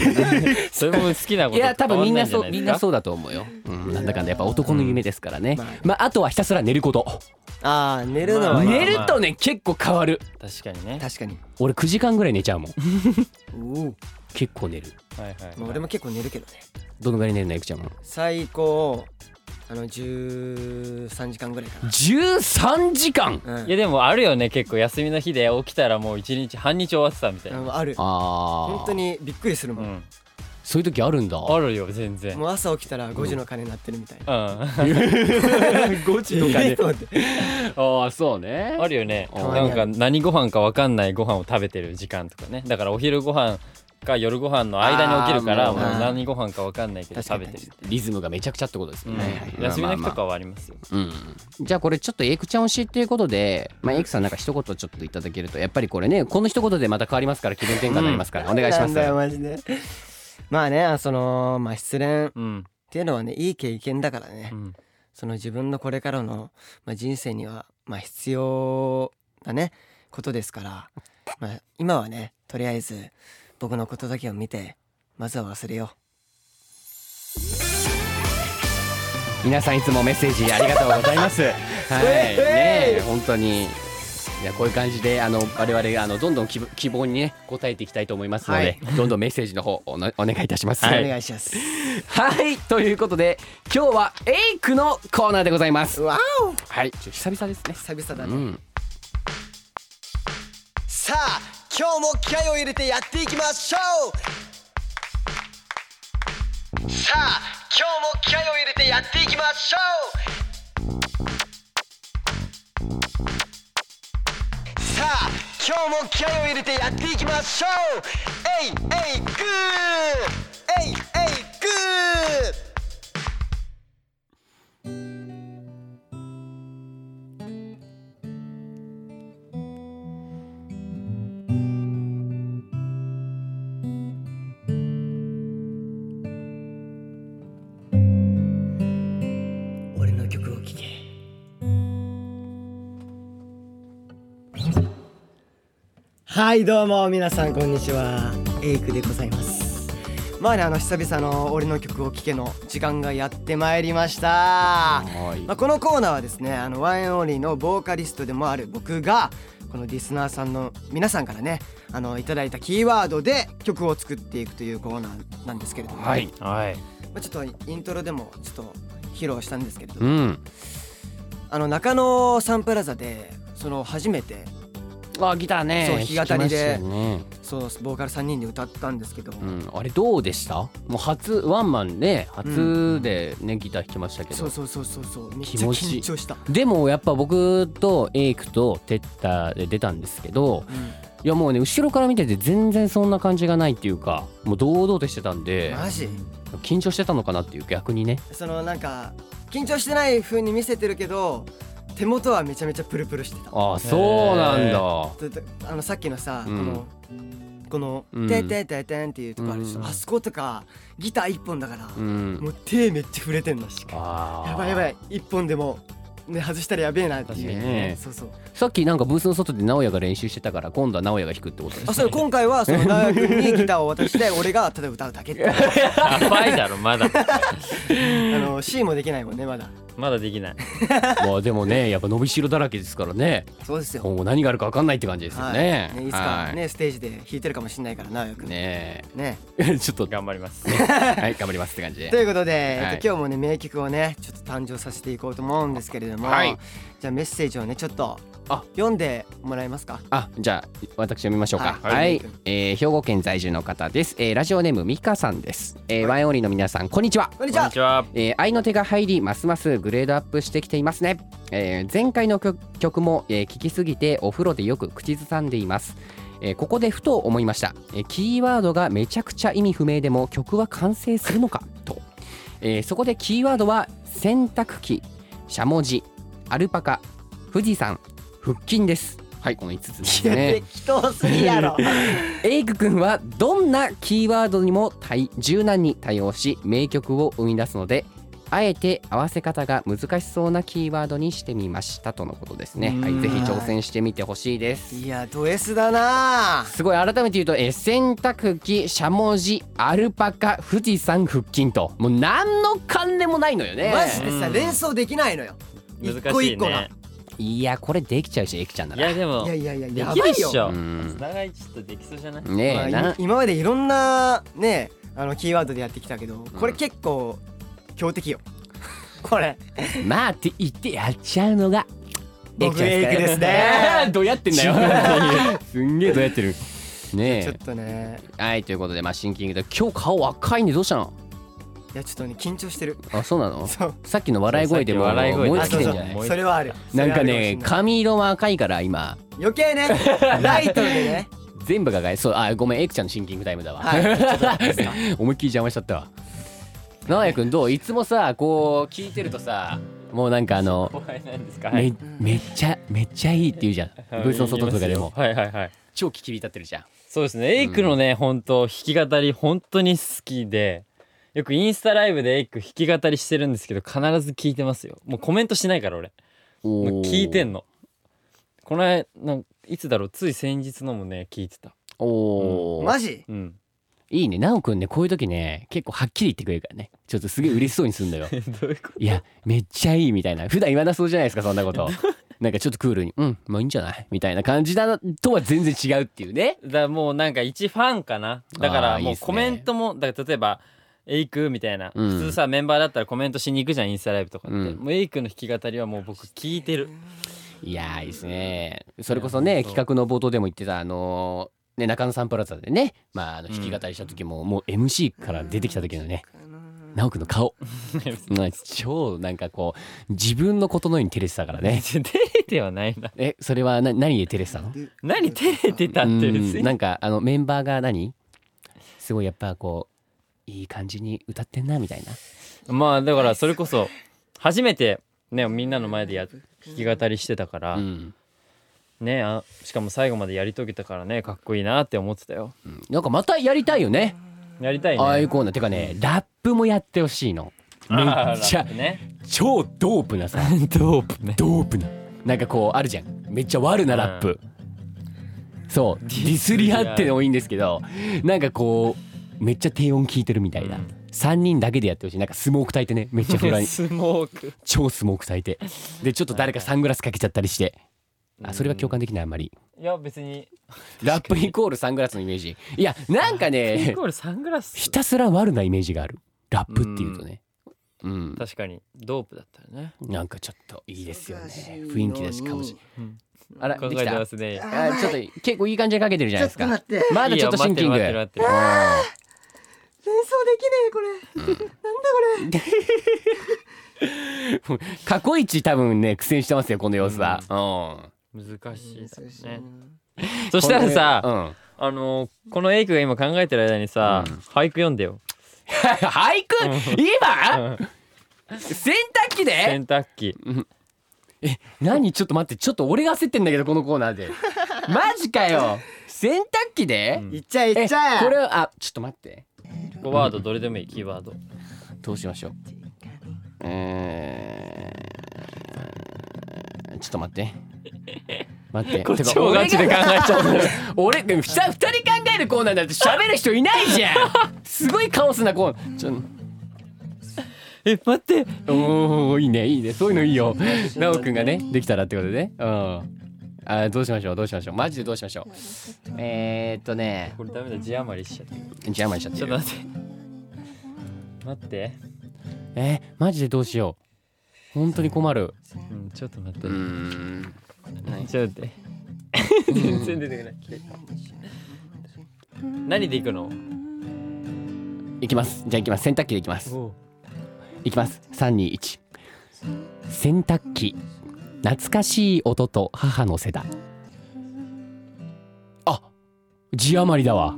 Speaker 1: それも好きなこ
Speaker 2: い
Speaker 1: と
Speaker 2: や多分みんな
Speaker 1: 変
Speaker 2: そ
Speaker 1: わ
Speaker 2: うん
Speaker 1: ない
Speaker 2: みん
Speaker 1: じゃい
Speaker 2: な
Speaker 1: ですか
Speaker 2: そうだと思うよ、うん、なんだかんだやっぱ男の夢ですからね、
Speaker 3: まあね
Speaker 2: まあ、あとはひたすら寝ること
Speaker 3: ああ寝るの
Speaker 1: まあ
Speaker 3: は
Speaker 1: まあ
Speaker 2: 寝るとね結構変わる
Speaker 1: 確かにね
Speaker 3: 確かに
Speaker 2: 俺9時間ぐらい寝ちゃうもん
Speaker 3: おお
Speaker 2: 結構寝る
Speaker 1: はいはい、
Speaker 3: まあ俺も結構寝るけどね
Speaker 2: どのぐらい寝るのエクちゃんも
Speaker 3: 最高あの13時間ぐらいか
Speaker 2: 13時間
Speaker 3: な、うん、
Speaker 1: いやでもあるよね結構休みの日で起きたらもう一日半日終わってたみたい
Speaker 3: あ
Speaker 1: な、
Speaker 3: のある
Speaker 2: ああ
Speaker 3: 本当にびっくりする
Speaker 1: う
Speaker 3: もん、
Speaker 1: ん、
Speaker 2: そういう時あるんだ
Speaker 1: あるよ全然
Speaker 3: もう朝起きたら5時の鐘鳴ってるみたいな、
Speaker 1: うん
Speaker 2: 5
Speaker 3: えーと思って
Speaker 2: ああそうね
Speaker 1: あるよね
Speaker 2: た
Speaker 1: な
Speaker 2: ま
Speaker 1: ん
Speaker 3: にあ
Speaker 1: か
Speaker 3: る
Speaker 1: 何ご飯か分かんないご飯を食べてる時間とかねだからお昼ご飯か夜ご飯の間に起きるから
Speaker 2: あー
Speaker 1: もう
Speaker 3: もう
Speaker 1: 何ご飯か分かんないけど
Speaker 3: 確か
Speaker 1: 食べ
Speaker 3: に
Speaker 1: てる、
Speaker 2: リズムがめちゃくちゃってことです
Speaker 1: う
Speaker 2: ね、
Speaker 1: ん
Speaker 2: はいはい
Speaker 1: 休みの日と
Speaker 2: まあまあま
Speaker 1: か
Speaker 2: あ
Speaker 1: はありますよ、
Speaker 2: うん、じゃあこれちょっとエイクちゃん推しっていうことで、まあ、エイクさんなんか一言ちょっといただけるとやっぱりこれねこの一言でまた変わりますから気分転換になりますから、お願いしま
Speaker 3: なん
Speaker 2: す
Speaker 3: だよマジでまあねあそのまあ失恋っ
Speaker 1: うん
Speaker 3: ていうのはねいい経験だからね、
Speaker 1: うん
Speaker 3: その自分のこれからの、まあ、人生にはまあ必要なねことですから、まあ、今はねとりあえず僕のことだけを見てまずは忘れよ
Speaker 2: 皆さんいつもメッセージありがとうござい ますはいねえ本当にいやこういう感じであの我々あのどんどん希望希望にね応えていきたいと思いますので、どんどんメッセージの方おなお願いいたします
Speaker 3: う、
Speaker 2: はい、
Speaker 3: お願いします
Speaker 2: はいということで今日はエイクのコーナーでございます
Speaker 3: わお
Speaker 2: はいちょ久々ですね
Speaker 3: 久々だ
Speaker 2: う
Speaker 3: ね、
Speaker 2: ん
Speaker 4: さあ今日も気合を入れてやっていきましょうさあ今日も気合を入れてやっていきましょうさあ今日も気合を入れてやっていきましょうえいえいグーえいえいグー
Speaker 3: 俺の曲を聴けはいどうも皆さんこんにちはエイクでございますまあねあの久々の俺の曲を聴けの時間がやってまいりました
Speaker 2: はい
Speaker 3: まあ、このコーナーはですねあのワンエンオンリーのボーカリストでもある僕がこのリスナーさんの皆さんからねあのいただいたキーワードで曲を作っていくというコーナーなんですけれども、
Speaker 2: はい
Speaker 1: はい
Speaker 3: まあ、ちょっとイントロでもちょっと披露したんですけれども
Speaker 2: うん
Speaker 3: あの中野サンプラザでその初めて
Speaker 2: あギターね
Speaker 3: そう弾き語り
Speaker 2: 弾
Speaker 3: で
Speaker 2: きましたよね
Speaker 3: そうボーカル3人で歌ったんですけど、
Speaker 2: うん、あれどうでしたもう初ワンマンで初でね、ギター弾きましたけど
Speaker 3: そうそうそうそうそうめっ
Speaker 2: 気
Speaker 3: ちゃ
Speaker 2: 持ちいい
Speaker 3: 緊張した、
Speaker 2: でもやっぱ僕とエイクとテッタで出たんですけど
Speaker 3: う
Speaker 2: いやもうね後ろから見てて全然そんな感じがないっていうかもう堂々としてたん
Speaker 3: ん、
Speaker 2: で
Speaker 3: マジ
Speaker 2: 緊張してたのかなっていう逆にね
Speaker 3: そのなんか緊張してない風に見せてるけど手元はめちゃめちゃプルプルしてた
Speaker 2: ああそうなんだ
Speaker 3: だだあのさっきのさ、
Speaker 2: うん
Speaker 3: このこ
Speaker 2: う
Speaker 3: の「
Speaker 2: ん
Speaker 3: てんてんてんてん」っていうとこあるでしょ、
Speaker 2: うん
Speaker 3: あそことかギター一本だから、
Speaker 2: うん
Speaker 3: もう手めっちゃ触れてんのしか
Speaker 2: ああ
Speaker 3: やばいやば
Speaker 2: い
Speaker 3: い一本でも、ね、外したらやべえなってい
Speaker 2: 確
Speaker 3: う
Speaker 2: かにね
Speaker 3: そうそう
Speaker 2: さっきなんかブースの外で直哉が練習してたから今度は直哉が弾くってことです
Speaker 3: あ それ今回はその大学にギターを渡して 俺がただ歌うだけっていう
Speaker 1: やばいだろまだ
Speaker 3: あの C もできないもんねまだ
Speaker 1: まだできない
Speaker 2: まあでもねやっぱ伸びしろだらけですからね
Speaker 3: そうですよ
Speaker 2: 今後何があるか分かんないって感じですよね
Speaker 3: はい、ねいつ
Speaker 2: は
Speaker 3: か
Speaker 2: い
Speaker 3: ね、ステージで弾いてるかもしれないからな、よくね。
Speaker 2: ね
Speaker 3: ね
Speaker 2: え ちょっと、
Speaker 1: 頑張ります
Speaker 2: はい、頑張りますって感じ
Speaker 3: と
Speaker 2: で。
Speaker 3: いうことで、えっと
Speaker 2: は
Speaker 3: 今日もね名曲をねちょっと誕生させていこうと思うんですけれども、
Speaker 2: はい
Speaker 3: じゃあメッセージをねちょっと
Speaker 1: あ
Speaker 3: 読んでもらえますか
Speaker 2: あ、じゃあ私読みましょうか。は
Speaker 3: は
Speaker 2: いい、
Speaker 3: はい
Speaker 2: えー兵庫県在住の方です。えーラジオネームみかさんです。えーワインオンリーの皆さんこんにちは。
Speaker 3: こん
Speaker 1: こ
Speaker 3: に
Speaker 1: ん
Speaker 3: ちは
Speaker 1: にちは
Speaker 2: えー愛の手が入りますますグレードアップしてきていますね、えー前回の曲曲も、えー聞きすぎてお風呂でよく口ずさんでいます、えーここでふと思いました、えーキーワードがめちゃくちゃ意味不明でも曲は完成するのかと、えーそこでキーワードは洗濯機しゃもじアルパカ富士山腹筋ですはいこの5つです
Speaker 3: いや
Speaker 2: ね
Speaker 3: 適当すぎやろ
Speaker 2: エイク君はどんなキーワードにも対柔軟に対応し名曲を生み出すのであえて合わせ方が難しそうなキーワードにしてみましたとのことですね、は
Speaker 1: う
Speaker 2: い、
Speaker 1: ん
Speaker 2: ぜひ挑戦してみてほしいです
Speaker 3: いやド S だな
Speaker 2: すごい改めて言うと、えー洗濯機しゃもじアルパカ富士山腹筋ともう何の関連もないのよね
Speaker 3: マジでさ
Speaker 1: うん
Speaker 3: 連想できないのよ一
Speaker 1: 難
Speaker 3: 個
Speaker 1: しい
Speaker 3: 一個が
Speaker 1: ね
Speaker 2: いやこれできちゃうしエイクちゃんだ
Speaker 1: い
Speaker 2: な
Speaker 1: やでも
Speaker 3: いやいやいや
Speaker 1: で
Speaker 3: や
Speaker 1: き
Speaker 3: ば
Speaker 1: るっ
Speaker 3: い
Speaker 1: し
Speaker 3: よ
Speaker 1: ょ
Speaker 2: うん
Speaker 1: 長いちょっとできそうじゃない
Speaker 3: まあ
Speaker 2: ねえ
Speaker 3: い
Speaker 2: な
Speaker 3: 今までいろんなねあのキーワードでやってきたけどこれ結構強敵よ これ
Speaker 2: まあって言ってやっちゃうのがエイク
Speaker 3: 僕
Speaker 2: ちゃん
Speaker 3: エイク
Speaker 2: で
Speaker 3: ですす
Speaker 2: から
Speaker 3: ね
Speaker 2: どうやってんだよすんげえどうやってるねえ
Speaker 3: ちょっとね
Speaker 2: はいということでまあシンキングで今日顔赤いんでどうしたの
Speaker 3: いやちょっとね緊張してる
Speaker 2: あそうなの
Speaker 3: そう
Speaker 2: さっきの笑い声でも
Speaker 1: そうさっき笑い声で
Speaker 2: 燃え
Speaker 3: あ
Speaker 2: 尽きて
Speaker 3: そうそ
Speaker 2: んじゃな
Speaker 1: も
Speaker 2: いう
Speaker 3: それはある
Speaker 2: なんか
Speaker 3: それはある
Speaker 2: ね
Speaker 3: もしれい
Speaker 2: 髪色も赤いから今
Speaker 3: 余計ね ライトでね
Speaker 2: 全部が赤いそうあごめんエイクちゃんのシンキングタイムだわ、
Speaker 3: はいちょっといいですか
Speaker 2: 思いっきり邪魔しちゃったわ直哉くんどういつもさこう聞いてるとさもうなんかあの
Speaker 1: 後輩なんですかはい
Speaker 2: めめっちゃめっちゃいいって言うじゃんブースの外とかでも
Speaker 1: はいはいはい
Speaker 2: 超聞き入り立ってるじゃん
Speaker 1: そうですねエイクのね、本当弾き語り本当に好きでよくインスタライブでエイク弾き語りしてるんですけど必ず聞いてますよもうコメントしないから俺もう聞いてんのこの間なんいつだろうつい先日のもね聞いてた
Speaker 2: おお、
Speaker 3: マジ
Speaker 1: うん
Speaker 2: いいね、なおくんね、こういう時ね、結構はっきり言ってくれるからね。ちょっとすげえ嬉しそうにするん だよ。
Speaker 1: どういうこ
Speaker 2: いや、めっちゃいいみたいな。普段言わなそうじゃないですか、そんな こと。なんかちょっとクールに、うん、まあいいんじゃないみたいな感じだとは全然違うっていうね。
Speaker 1: とだからもうなんか一ファンかなだか
Speaker 2: あ
Speaker 1: ら
Speaker 2: ーいい
Speaker 1: も
Speaker 2: っ
Speaker 1: う
Speaker 2: すね
Speaker 1: コメントもだから例えばエイクみたいな、
Speaker 2: うん
Speaker 1: 普通さメンバーだったらコメントしに行くじゃんインスタライブとかって、
Speaker 2: うん
Speaker 1: もうエイクの弾き語りはもう僕聞いてる
Speaker 2: いやー、いいですね。それこそね、企画の冒頭でも言ってた、あのーね、中野サンプラザでね、まあ、あの弾き語りした時も、もう MC から出てきた時のね、なおくんの 顔。うん超なんかこう、自分のことのように照れてたからね。
Speaker 1: 照れて はない な
Speaker 2: え、それはな何で照れてたの
Speaker 1: 何照れてたって別
Speaker 2: う
Speaker 1: に
Speaker 2: んなんかあのメンバーが何すごいやっぱこういい感じに歌ってんなみたいな
Speaker 1: まあだからそれこそ初めてねみんなの前でや弾き語りしてたから、
Speaker 2: うん、
Speaker 1: ねあしかも最後までやり遂げたからねかっこいいなって思ってたよ
Speaker 2: うんなんかまたやりたいよね
Speaker 1: やりたいね
Speaker 2: ああいうコーナーてかねラップもやってほしいのめ
Speaker 1: あ
Speaker 2: っ
Speaker 1: ー
Speaker 2: ち
Speaker 1: ラ
Speaker 2: ゃ
Speaker 1: ップね
Speaker 2: 超ドープなさ
Speaker 1: ドープね
Speaker 2: ドープななんかこうあるじゃんめっちゃ悪なラップ、そうディスり合ってでもいいんですけどなんかこうめっちゃ低音聞いてるみたいな、
Speaker 1: うん
Speaker 2: 3人だけでやってほしいなんかスモーク焚いてねめっちゃフライ
Speaker 1: スモーク
Speaker 2: 超スモーク焚 いてでちょっと誰かサングラスかけちゃったりして
Speaker 1: う
Speaker 2: あ
Speaker 1: ん
Speaker 2: それは共感できないあんまり
Speaker 1: いや別に
Speaker 2: ラップイコールサングラスのイメージいやなんか
Speaker 1: イ
Speaker 2: ね
Speaker 1: コールサングラス
Speaker 2: ひたすら悪なイメージがあるラップっていうとねうん
Speaker 1: 確かにドープだったらね、
Speaker 2: なんかちょっといいですよね雰囲気だしかもしれ
Speaker 1: うん、
Speaker 2: あら
Speaker 1: 考
Speaker 2: で
Speaker 1: え
Speaker 2: き
Speaker 1: て
Speaker 2: た
Speaker 1: ま
Speaker 2: あ
Speaker 1: すね
Speaker 2: ちょっと結構いい感じでかけてるじゃないですか
Speaker 3: って連想で
Speaker 2: まだちょっとシンキング
Speaker 1: いや待ってる待ってる
Speaker 2: あー
Speaker 3: きねえこれ
Speaker 2: 過去一多分ね苦戦してますよこの様子はうん
Speaker 1: 待ってる難しい
Speaker 3: 難しい
Speaker 1: だ
Speaker 3: な
Speaker 1: ねそしたらさ、
Speaker 2: うん
Speaker 1: あのこのエイクが今考えてる間にさ、
Speaker 2: うん
Speaker 1: 俳句読んでよ
Speaker 2: 俳句今
Speaker 1: うん
Speaker 2: 洗濯機で
Speaker 1: 洗濯機
Speaker 2: 何 ちょっと待ってちょっと俺が焦ってんだけどこのコーナーでマジかよ洗濯機で
Speaker 1: うん
Speaker 3: いっちゃえいっちゃえ
Speaker 2: えこれはあちょっと待って
Speaker 1: 5ワードどれでもいいキーワード
Speaker 2: どうしましょうえーちょっと待って待っててか
Speaker 1: 超ガチで考えちゃった
Speaker 2: 俺でもふた二人考えるコーナーだって喋る人いないじゃんすごいカオスなコーナーちょえ待っておおいいねいいねそういうのいいよなおくんがねできたらってことでねうんあーどうしましょうどうしましょうマジでどうしましょうえー、っとね
Speaker 1: これダメだ字余りしちゃった
Speaker 2: 邪魔にしちゃって
Speaker 1: ちょっ
Speaker 2: る
Speaker 1: と待って待って、
Speaker 2: えー、マジでどうしよう本当に困る
Speaker 1: うん、ちょっと待って、
Speaker 2: うーん
Speaker 1: ちょっと待って全然出てこ ない何で行くの
Speaker 2: いきますじゃあいきます洗濯機でいきますいきます321洗濯機懐かしい音と母の背だあ字余りだわ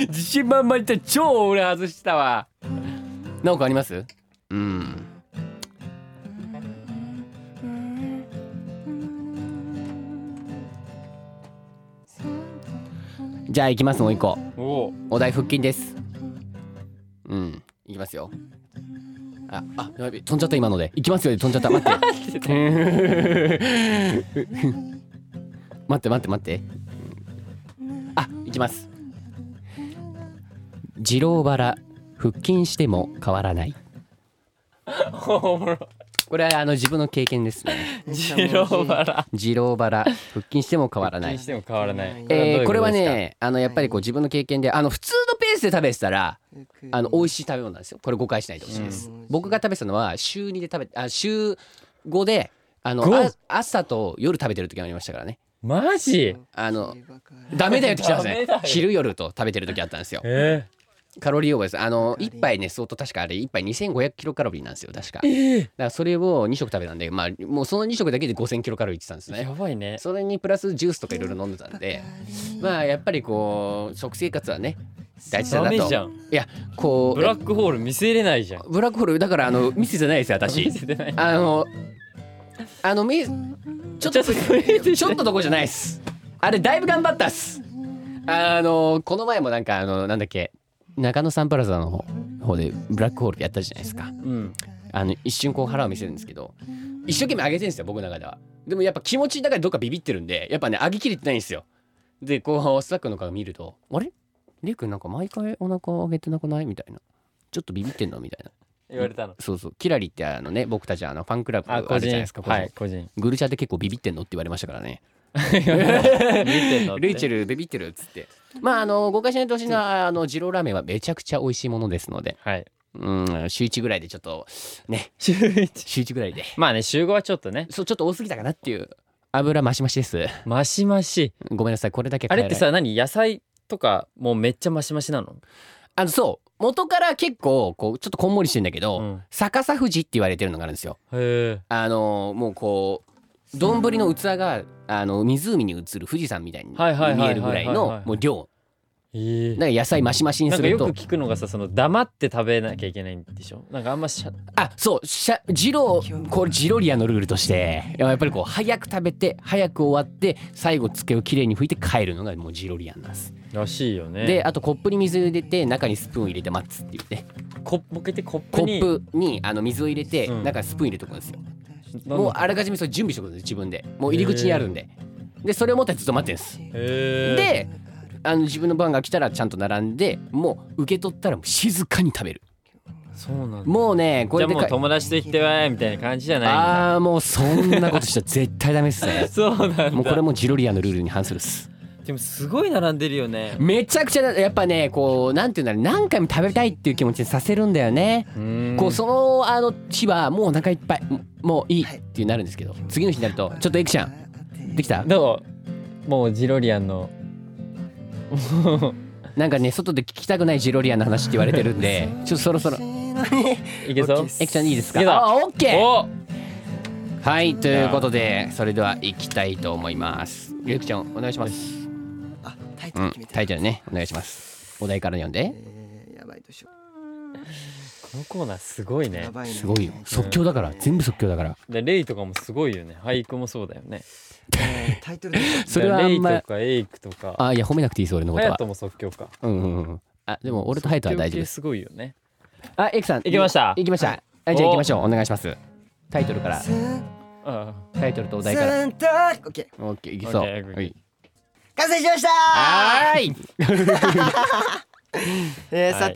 Speaker 2: 自信満々に言って超俺外したわなんかありますうんじゃあ行きますもう一個
Speaker 1: おお
Speaker 2: お題腹筋ですうんいきますよあ、あ、やべ飛んじゃった今のでいきますよ飛んじゃった待って 待って待って待ってあ、いきます二郎バラ腹筋しても変わらない
Speaker 1: おもろ
Speaker 2: これはあの自分の経験ですね
Speaker 1: ジローバラ
Speaker 2: 二郎バラ腹筋しても変わらない
Speaker 1: にしても変わらない
Speaker 2: えーこれは
Speaker 1: どういうとですか
Speaker 2: ねあのやっぱりこう自分の経験であの普通のペースで食べてたらあの美味しい食べ物なんですよこれ誤解しないでほしいです、
Speaker 3: うん
Speaker 2: 僕が食べてたのは週2で食べあ週5であの
Speaker 1: 五
Speaker 2: あ朝と夜食べてる時もありましたからね
Speaker 1: マジ
Speaker 2: あのダメだよって来てますね
Speaker 1: ダメだよ
Speaker 2: 昼夜と食べてる時あったんですよ
Speaker 1: え
Speaker 2: カロリーオーバーですあの1杯ね相当確かあれ1杯2500キロカロリーなんですよ確かだからそれを2食食べたんでまあもうその2食だけで5000キロカロリーいってたんです
Speaker 1: ー
Speaker 2: ね
Speaker 1: やばいね
Speaker 2: それにプラスジュースとかいろいろ飲んでたんでまあやっぱりこう食生活はね大事だ
Speaker 1: ダ
Speaker 2: なと
Speaker 1: メ
Speaker 2: い
Speaker 1: じゃん
Speaker 2: やこう
Speaker 1: ブラックホール見せれないじゃん
Speaker 2: ブラックホールだからあ のミスじゃないですよ私
Speaker 1: 見せてない
Speaker 2: あのあのみちょっと
Speaker 1: ちょっと見えてない
Speaker 2: ちょっとどころじゃないっすあれだいぶ頑張ったっすあのこの前もなんかあのなんだっけ中野サンプラザの方方でブラックホールやったじゃないですか
Speaker 1: うん
Speaker 2: あの一瞬こう腹を見せるんですけど一生懸命上げてるんですよ僕の中ではでもやっぱ気持ちの中でどっかビビってるんでやっぱね上げきれてないんですよでこうスタッフの顔見ると「あれりゅうくんなんか毎回お腹上げてなくない?」みたいな「ちょっとビビってんの?」みたいな
Speaker 1: 言われたの
Speaker 2: そうそうキラリってあのね僕たちあのファンクラブあ
Speaker 1: あ
Speaker 2: るじゃ
Speaker 1: 個
Speaker 2: ない
Speaker 1: 人
Speaker 2: ですか、
Speaker 1: はい
Speaker 2: 個
Speaker 1: 個人
Speaker 2: 人グルチャで結構ビビってんのって言われましたからね
Speaker 1: 見てんのって
Speaker 2: レイチェルビビってるっつってまああの誤解しないでほしいのはあの二郎ラーメンはめちゃくちゃ美味しいものですので
Speaker 1: はい
Speaker 2: うん週1ぐらいでちょっとね
Speaker 1: 週一
Speaker 2: 週1ぐらいで
Speaker 1: まあね集合はちょっとね
Speaker 2: そうちょっと多すぎたかなっていう油マシマシです
Speaker 1: マシマシ
Speaker 2: ごめんなさいこれだけ
Speaker 1: あ
Speaker 2: 変え
Speaker 1: れ
Speaker 2: ら
Speaker 1: っ
Speaker 2: れ
Speaker 1: てさ何野菜とかもうめっちゃマシマシなの
Speaker 2: あのそう元から結構こうちょっとこんもりしてんだけど、
Speaker 1: うん
Speaker 2: 逆さ富士って言われてるのがあるんですよ
Speaker 1: へえ
Speaker 2: あのもうこう丼の器があの湖に映る富士山みたいに見
Speaker 1: はいはいはいはい
Speaker 2: えるぐら
Speaker 1: は
Speaker 2: い
Speaker 1: いはい
Speaker 2: の
Speaker 1: はい
Speaker 2: もう量
Speaker 1: え
Speaker 2: だから野菜マシマシに
Speaker 1: なん
Speaker 2: す
Speaker 1: か
Speaker 2: る
Speaker 1: よく
Speaker 2: と
Speaker 1: 聞くのがさその黙って食べなきゃいけないんでしょなんかあんましゃ
Speaker 2: あそうしゃジロこれジロリアのルールとしてやっぱりこう早く食べて早く終わって最後つけをきれいに拭いて帰るのがもうジロリアンなんです、
Speaker 1: らしいよね
Speaker 2: であとコップに水入れて中にスプーン入れて待つっていうね
Speaker 1: コップもう一回言ってコップ
Speaker 2: コ
Speaker 1: に
Speaker 2: ップにあの水を入れて
Speaker 1: うん
Speaker 2: 中にスプーン入れとくんですよ、
Speaker 1: なん
Speaker 2: もう
Speaker 1: だ
Speaker 2: あらかじめそれ準備しておくんです自分でもう入り口にあるんででそれを持ってずっと待ってるんです
Speaker 1: へえ
Speaker 2: であの自分の番が来たらちゃんと並んでもう受け取ったらもう静かに食べる
Speaker 1: そうなんだ
Speaker 2: もうねこ
Speaker 1: じゃあ
Speaker 2: れで
Speaker 1: もう
Speaker 2: か
Speaker 1: 友達と行ってわーみたいな感じじゃないんだ
Speaker 2: ああーもうそんなことしたら 絶対ダメっすね
Speaker 1: そうなん
Speaker 2: もうこ
Speaker 1: だ
Speaker 2: れもジロリアのルールに反するっす
Speaker 1: でもすごい並んでるよね
Speaker 2: めちゃくちゃやっぱねこうなんていうんだろう何回も食べたいっていう気持ちにさせるんだよねこうそのあの日はもうお腹いっぱいもうもういいってなるんですけど次の日になるとちょっとエクちゃんできた
Speaker 1: どうもうジロリアンの
Speaker 2: なんかね外で聞きたくないジロリアの話って言われてるん でちょっとそろそろ
Speaker 1: いけそ
Speaker 3: オッケー
Speaker 1: う
Speaker 3: っす
Speaker 2: エクちゃんいいです
Speaker 1: いい
Speaker 2: か
Speaker 1: よ
Speaker 2: あオッケー
Speaker 1: お
Speaker 2: はいということでそれでは行きたいと思いますゆうきちゃんお願いします
Speaker 3: あタイト
Speaker 2: う
Speaker 3: ル
Speaker 2: ん
Speaker 3: 決めて
Speaker 2: タイトルねお願いしますお題から読んで
Speaker 3: えーやばいどうしよ
Speaker 1: このコーナーすごいうね
Speaker 3: やばいな
Speaker 2: すごいよ即興だから全部即興だから
Speaker 1: でレイとかもすごいよね俳句もそうだよね
Speaker 3: えータイトル
Speaker 2: それはあ
Speaker 1: レ
Speaker 2: ん
Speaker 1: イ
Speaker 2: ま
Speaker 1: とかエイクとか
Speaker 2: あいや褒めなくていいです俺のこと
Speaker 1: ハ
Speaker 2: は
Speaker 1: 人も即興か
Speaker 2: うんうんうんあでも俺とハヤトは大丈夫です
Speaker 1: すごいよね
Speaker 2: あエクさん
Speaker 1: 行きました
Speaker 2: 行きましたあじゃあ行きましょうお願いしますタイトルから
Speaker 1: あ
Speaker 2: タイトルとお題から
Speaker 3: センターオッケー
Speaker 2: オッケーいきそう
Speaker 1: オッケー
Speaker 2: はい
Speaker 3: 完成しました
Speaker 2: はーい
Speaker 3: えー
Speaker 1: はい
Speaker 3: さ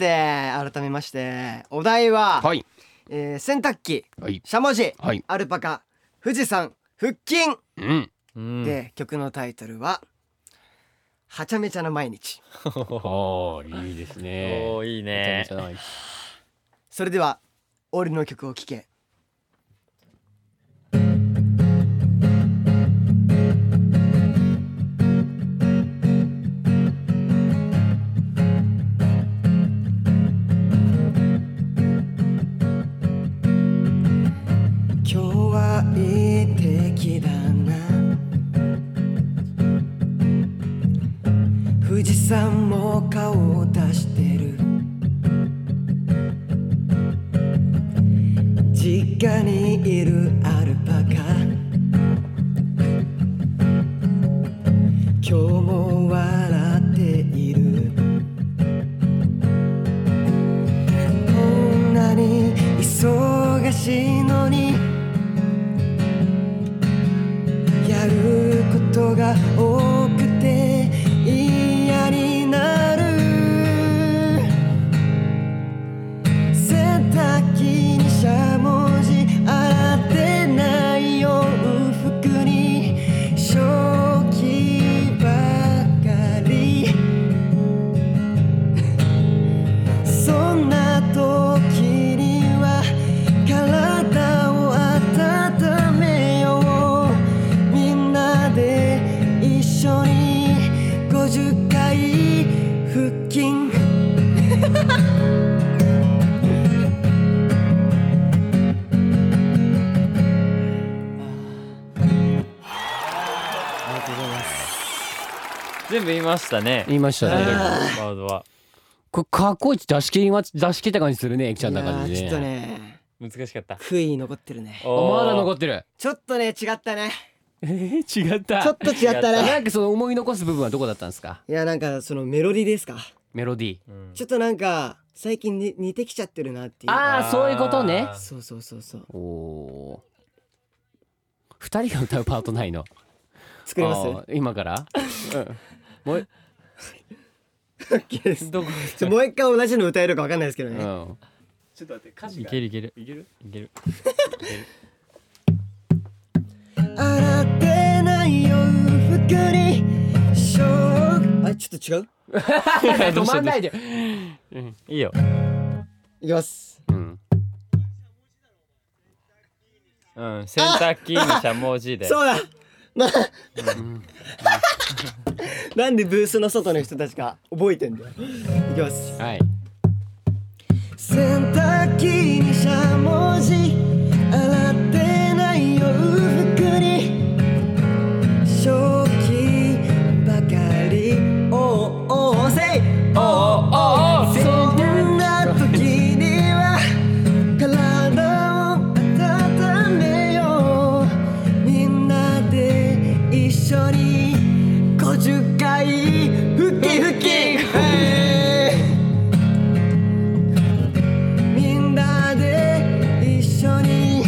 Speaker 3: て改めましてお題は、
Speaker 2: はい
Speaker 3: えー洗濯機
Speaker 2: はい
Speaker 3: しゃもじ
Speaker 2: はい
Speaker 3: アルパカ富士山腹筋、
Speaker 2: うん
Speaker 1: うん、
Speaker 3: で曲のタイトルは「はちゃめちゃな毎日
Speaker 2: おーいいですね
Speaker 1: おーいいね
Speaker 2: めちゃめちゃない」
Speaker 3: それでは俺の曲を聴け今日はいい天気だな富士山も顔を出してる実家にいるアルパカ今日も笑っているこんなに忙しいのにやることが多くて嫌になる洗濯機にしゃもじ洗ってない洋服に正気ばかりそんな時には体を温めようみんなで一緒に50回腹筋ありがとうございます
Speaker 1: 全部言いましたね
Speaker 2: 言いましたね
Speaker 1: ワードは
Speaker 2: これかっこいい出し切りま出し切った感じするねエキちゃんの中
Speaker 3: い
Speaker 2: で
Speaker 3: やー
Speaker 2: ね
Speaker 3: ちょっとね
Speaker 1: 難しかった
Speaker 3: 悔い残ってるね
Speaker 2: あまだ残
Speaker 1: っ
Speaker 2: ってる
Speaker 3: ちょっとね違ったね
Speaker 2: えー、違った
Speaker 3: ちょっと違ったね
Speaker 2: なんかその思い残す部分はどこだったんですか
Speaker 3: いやなんかそのメロディーですか
Speaker 2: メロディー
Speaker 3: ちょっとなんか最近に似てきちゃってるなっていう
Speaker 2: あーそういうことね
Speaker 3: そうそうそうそう
Speaker 2: おおー二人が歌うパートないの
Speaker 3: 作ります
Speaker 2: あー今から、うん、もう、
Speaker 3: OK です
Speaker 1: どこ
Speaker 3: ちょもう一回同じの歌えるかわかんないですけど
Speaker 2: う
Speaker 3: ね、
Speaker 2: ん、
Speaker 1: いけるいけるいけるいける
Speaker 3: 洗ってない洋服にショックあちょっと違う
Speaker 2: 止まんないで、
Speaker 1: いいよ
Speaker 3: いきます
Speaker 2: うん、
Speaker 1: うん洗濯機にしゃもじで
Speaker 3: そうだな なんでブースの外の人たちが覚えてんだよいきます
Speaker 2: はい
Speaker 3: 洗濯機にしゃもじ洗ってない洋服に正気ばかりおうおうせいおうおうおうそんな時には体を温めようみんなで一緒に50回腹筋腹筋へいみんなで一緒に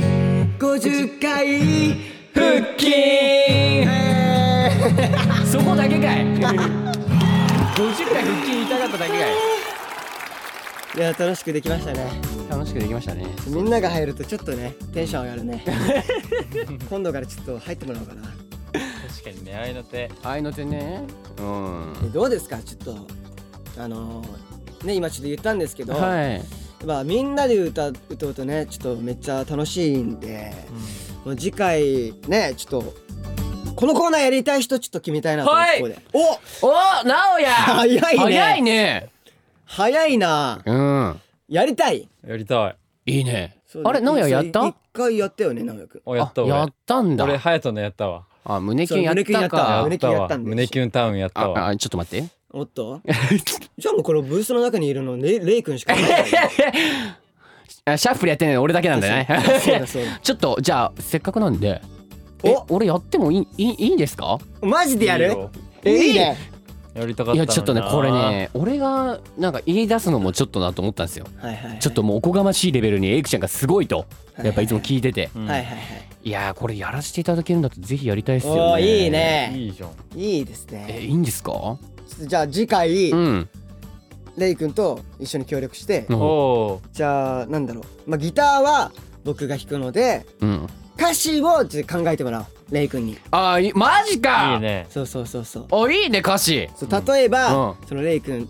Speaker 3: 50回腹筋
Speaker 2: そこだけかい50回腹筋痛かっただけかい
Speaker 3: いや楽しくできましたね
Speaker 2: 楽しくできましたね
Speaker 3: みんなが入るとちょっとねテンション上がる ね今度からちょっと入ってもらおうかな
Speaker 1: 確かにね合いの手
Speaker 2: 愛の手ねうん
Speaker 3: でどうですかちょっとあのーね今ちょっと言ったんですけど、
Speaker 2: はい
Speaker 3: まあみんなで歌う歌うとねちょっとめっちゃ楽しいんで、もう次回ねちょっとこのコーナーやりたい人ちょっと決めたいなと思って
Speaker 2: はい
Speaker 3: ここでお
Speaker 2: お直哉
Speaker 3: 早いね
Speaker 2: 早いね
Speaker 3: 早いな
Speaker 2: うん
Speaker 3: やりたい
Speaker 1: やりたい
Speaker 2: いいね
Speaker 3: そう
Speaker 2: あれ直哉やっ
Speaker 3: 一
Speaker 2: た
Speaker 3: 回やったよね直哉くん
Speaker 1: おやった
Speaker 2: あや
Speaker 1: 俺
Speaker 2: ったんだ
Speaker 1: 俺ハヤトのやったわ
Speaker 2: あ胸キュンやっ
Speaker 3: そう
Speaker 2: たか
Speaker 3: 胸キュンやった
Speaker 1: わ
Speaker 3: んだよ
Speaker 1: 胸キュンタウンやった
Speaker 2: あ
Speaker 1: わ
Speaker 2: あちょっと待って
Speaker 3: おっ とじゃあもうこのブースの中にいるのレレイくんしかいない からね
Speaker 2: あシャッフルやってないの俺だけなんだね
Speaker 3: そうだそう
Speaker 2: ちょっとじゃあせっかくなんでえ
Speaker 3: お
Speaker 2: 俺やってもいいいいいいんですか
Speaker 3: だマジでや
Speaker 1: いい
Speaker 3: る
Speaker 1: よ
Speaker 3: えいいね
Speaker 1: やりたかったのにない
Speaker 2: やちょっとねこれね俺がなんか言い出すのもちょっとなと思ったんですよ
Speaker 3: はいはいはい
Speaker 2: ちょっともうおこがましいレベルにエイクちゃんがすごいと
Speaker 3: はい
Speaker 2: やっぱいつも聞いてて
Speaker 1: う
Speaker 3: は
Speaker 1: ん
Speaker 3: いはいはい
Speaker 2: いやーこれやらせていただけるんだとぜひやりたいです
Speaker 3: お
Speaker 2: よ
Speaker 3: ー
Speaker 2: ね
Speaker 3: いいね
Speaker 1: いいじゃん
Speaker 3: いいです
Speaker 2: え
Speaker 3: ね
Speaker 2: いいんですか
Speaker 3: じゃあ次回
Speaker 2: うん
Speaker 3: レイ君と一緒に協力して、
Speaker 2: うん
Speaker 1: お
Speaker 3: じゃあなんだろう、まあ、ギターは僕が弾くので
Speaker 2: うん。
Speaker 3: 歌詞をちょっと考えてもらおうレイ君に
Speaker 2: あーいマジ
Speaker 1: ー
Speaker 2: か
Speaker 1: いいね
Speaker 3: そうそうそうそう
Speaker 2: あいいね歌詞
Speaker 3: そう例えば、
Speaker 2: う
Speaker 3: そのレイ君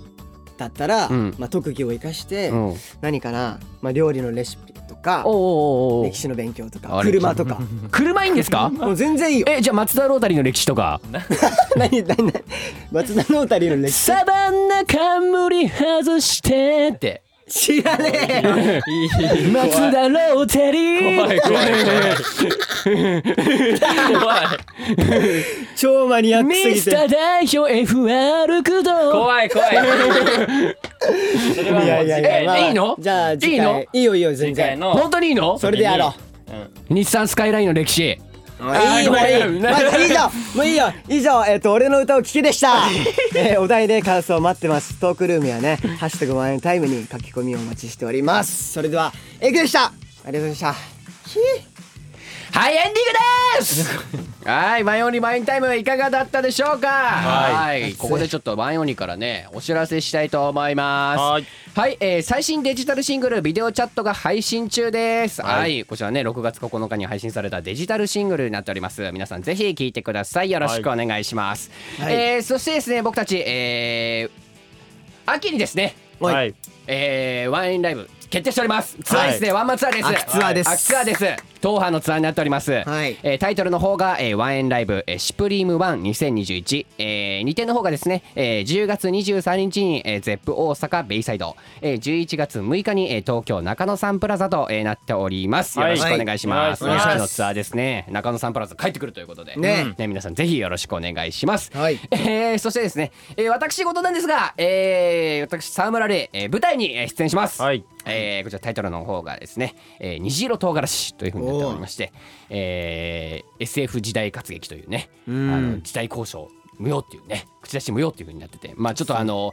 Speaker 3: だったら、
Speaker 2: うん
Speaker 3: まあ、特技を生かして、
Speaker 2: うんおう
Speaker 3: 何かな、まあ、料理のレシピとか
Speaker 2: おうおうおう
Speaker 3: 歴史の勉強とか
Speaker 2: あれ
Speaker 3: 車 とか
Speaker 2: 車いいんですか
Speaker 3: もう全然いいよ
Speaker 2: えじゃあ松田ロータリーの歴史とか
Speaker 3: 何何何松田ノータリーの 歴史
Speaker 2: サバンナ冠外してって
Speaker 3: 知らねえよ
Speaker 1: いい怖い
Speaker 2: 松田ロータリー
Speaker 1: 怖い怖い怖い
Speaker 3: 超マニアックす
Speaker 2: ミ
Speaker 3: ぎ
Speaker 2: ス
Speaker 3: て
Speaker 2: ター代表 FR 駆動
Speaker 1: 怖い怖いそれはもう
Speaker 3: いやいやいや、
Speaker 1: 次回
Speaker 3: まあ
Speaker 1: ね
Speaker 2: いいの
Speaker 3: じゃあ次回
Speaker 2: いい
Speaker 3: いいよいいよ全
Speaker 1: 次回
Speaker 3: 然
Speaker 1: の
Speaker 2: 本当にいいの
Speaker 3: それでやろ
Speaker 1: う、うん、
Speaker 2: 日産スカイラインの歴史
Speaker 3: いい
Speaker 2: ご
Speaker 3: もういい
Speaker 2: めん
Speaker 3: まあいいよもういいよ以上えっ、と俺の歌を聴きでした、 えーお題で感想を待ってますトークルームやね「ハッシュタグワンエンタイム」に書き込みをお待ちしておりますそれではエイクでしたありがとうございました
Speaker 2: はいエンディングです はいマイオニマインタイムいかがだったでしょうかはいここでちょっとマイオニからねお知らせしたいと思います
Speaker 1: はい
Speaker 2: はい、えー最新デジタルシングル「ビデオチャット」が配信中ですはい、
Speaker 1: い
Speaker 2: こちらね6月9日に配信されたデジタルシングルになっております皆さんぜひ聴いてくださいよろしくお願いします、
Speaker 3: はい
Speaker 2: えーそしてですね僕たち、えー秋にですね
Speaker 3: はい
Speaker 1: はい
Speaker 2: えーワンエンライブ決定しておりますツアーですね、ワンマンツアーです
Speaker 3: 秋ツアーです
Speaker 2: 秋ツアーです東波のツアーになっております、
Speaker 3: はい
Speaker 2: えータイトルの方が、えーワンエンライブ、えーシュプリームワン2021、えー、2点の方がですね、えー10月23日に、えー、ゼップ大阪ベイサイド、えー、11月6日に、えー東京中野サンプラザと、えーなっておりますよ
Speaker 1: はい
Speaker 2: ろしくお願いします、
Speaker 1: はいお願いします
Speaker 2: 秋のツアーですね中野サンプラザ帰ってくるということで
Speaker 3: ね
Speaker 2: うんね皆さんぜひよろしくお願いします、
Speaker 3: はい
Speaker 2: えーそしてですね、えー私事なんですが、えー私沢村玲、えー舞台にえー出演します、
Speaker 1: はい
Speaker 2: えーこちらタイトルの方がですね「えー、虹色唐辛子」というふうになっておりまして、えー SF 時代活劇というねあの時代交渉無用っていうね口出し無用っていうふうになっててまあちょっとあの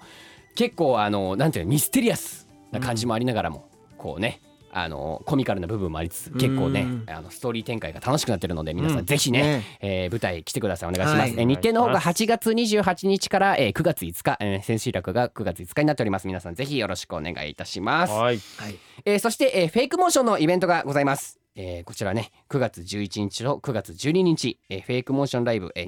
Speaker 2: 結構あのなんていうのミステリアスな感じもありながらも、こうねあのコミカルな部分もありつつ結構ねあのストーリー展開が楽しくなってるので皆さんぜひね,、
Speaker 3: ね
Speaker 2: えー舞台来てくださいお願いします、
Speaker 3: はい
Speaker 2: えー日程の方が8月28日から、えー9月5日、えー千秋楽が9月5日になっております皆さんぜひよろしくお願いいたします、
Speaker 1: はい
Speaker 3: はい
Speaker 2: えーそして、えーフェイクモーションのイベントがございます。えーこちらね9月11日と9月12日、えーフェイクモーションライブ、えー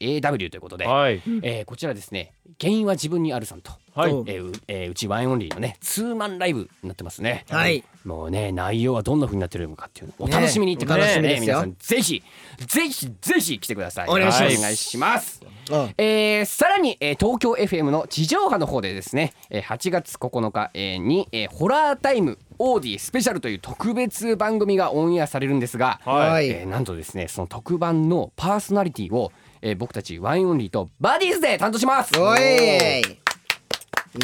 Speaker 2: 2021AW ということで、
Speaker 1: はい
Speaker 2: えーこちらですね原因は自分にあるさんと、
Speaker 1: はい
Speaker 3: お
Speaker 2: えーうえーうちワンオンリーのねツーマンライブになってますね。
Speaker 3: はい
Speaker 2: もうね内容はどんな風になってるのかっていうのをお楽しみにってこと
Speaker 1: ねお楽し
Speaker 3: みですよ
Speaker 2: 皆さんぜひぜひぜひ来てください。
Speaker 3: お願いします
Speaker 2: お願いします。
Speaker 3: うん
Speaker 2: えーさらに、えー東京 FM の地上波の方でですね、えー8月9日、えーに、えーホラータイムオーディスペシャルという特別番組がオンエアされるんですが、
Speaker 3: は
Speaker 1: はいい
Speaker 2: えーなんとですねその特番のパーソナリティを、えー僕たちワインオンリーとバディーズで担当します
Speaker 3: おい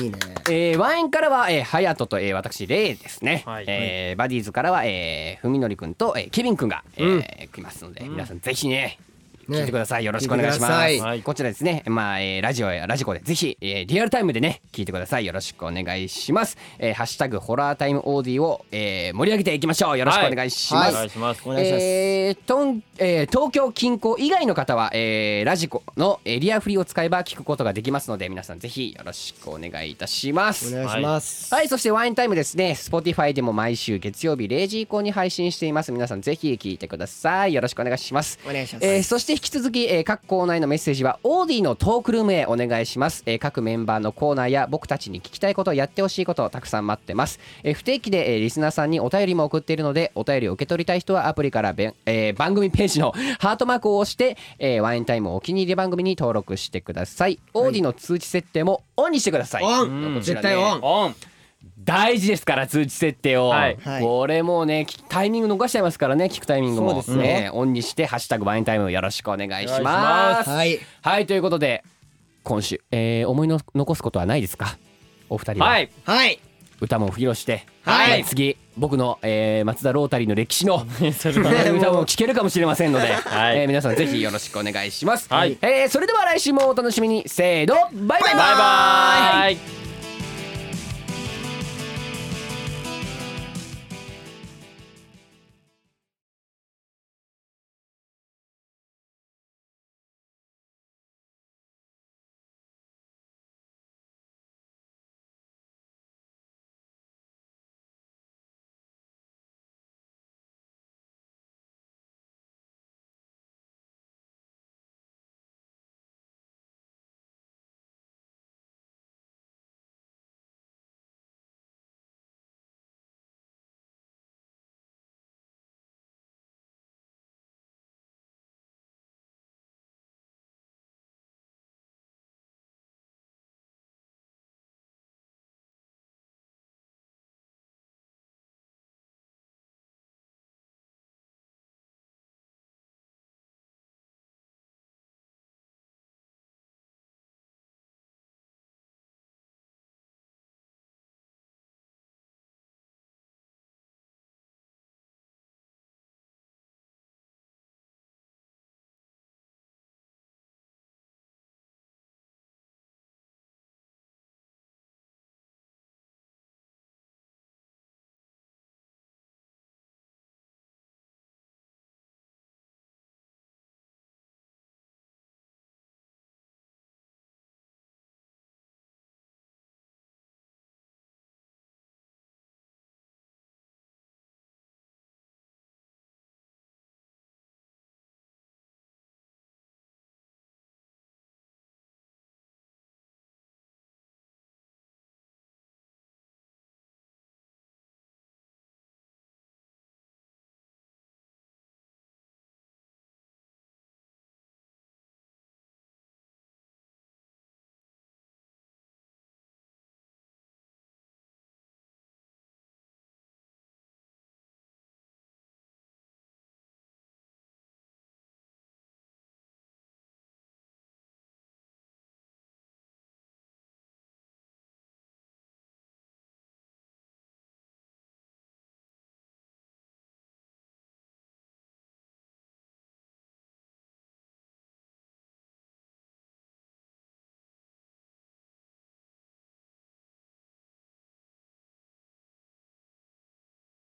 Speaker 3: いいね
Speaker 2: えーワインからは、えー、ハヤトと、えー私レイですね、
Speaker 1: はい
Speaker 2: えーバディーズからは、えー、ふみのりくんと、えーケビンくんが、えー来ますので、皆さんぜひね
Speaker 3: ね
Speaker 2: 聞いてください、よろしくお願いします、
Speaker 3: 聞いてくだ
Speaker 1: さいはい
Speaker 2: こちらですねまあ、えーラジオやラジコでぜひ、えーリアルタイムでね聞いてくださいよろしくお願いします、えーハッシュタグホラータイムオーディを、えー盛り上げていきましょうよろしくお願いします、
Speaker 3: はい
Speaker 1: お願いします
Speaker 3: お願いします
Speaker 2: えーとんえー東京近郊以外の方は、えーラジコのエリアフリーを使えば聞くことができますので皆さんぜひよろしくお願いいたします
Speaker 3: お願いします、
Speaker 2: はい、そしてワインタイムですね。Spotify でも毎週月曜日0時以降に配信しています。皆さんぜひ聞いてください。よろしくお願いします。
Speaker 3: お願いします
Speaker 2: えーそして引き続き、えー各コーナーへのメッセージはオーディのトークルームへお願いします、えー各メンバーのコーナーや僕たちに聞きたいことやってほしいことをたくさん待ってます、えー不定期で、えーリスナーさんにお便りも送っているのでお便りを受け取りたい人はアプリからべん、えー番組ページの ハートマークを押して、えーワインタイムお気に入り番組に登録してくださいオーディの通知設定もオンにしてください、
Speaker 3: オン
Speaker 2: うんこちら
Speaker 3: 絶
Speaker 2: ね
Speaker 3: 対オン
Speaker 1: オン
Speaker 2: 大事ですから通知設定を、
Speaker 1: はい
Speaker 3: はい
Speaker 2: これもうねきタイミング逃しちゃいますからね聞くタイミングも
Speaker 3: そうですね
Speaker 2: オンにして「ハッシュタグワインタイム」よろしくお願いし
Speaker 1: お
Speaker 2: ま
Speaker 1: 願
Speaker 2: す。
Speaker 3: はい
Speaker 2: はいということで今週、えー思いの残すことはないですかお二人は、
Speaker 1: はい
Speaker 3: はい
Speaker 2: 歌も披露して、
Speaker 3: はい
Speaker 2: 次僕の、えー松田ロータリーの歴史の
Speaker 1: それは
Speaker 2: え ー歌も聴けるかもしれませんので、
Speaker 1: はい
Speaker 2: えー皆さんぜひよろしくお願いします。
Speaker 1: はい
Speaker 2: えーそれでは来週もお楽しみにせーのバイバイ
Speaker 1: バイバイ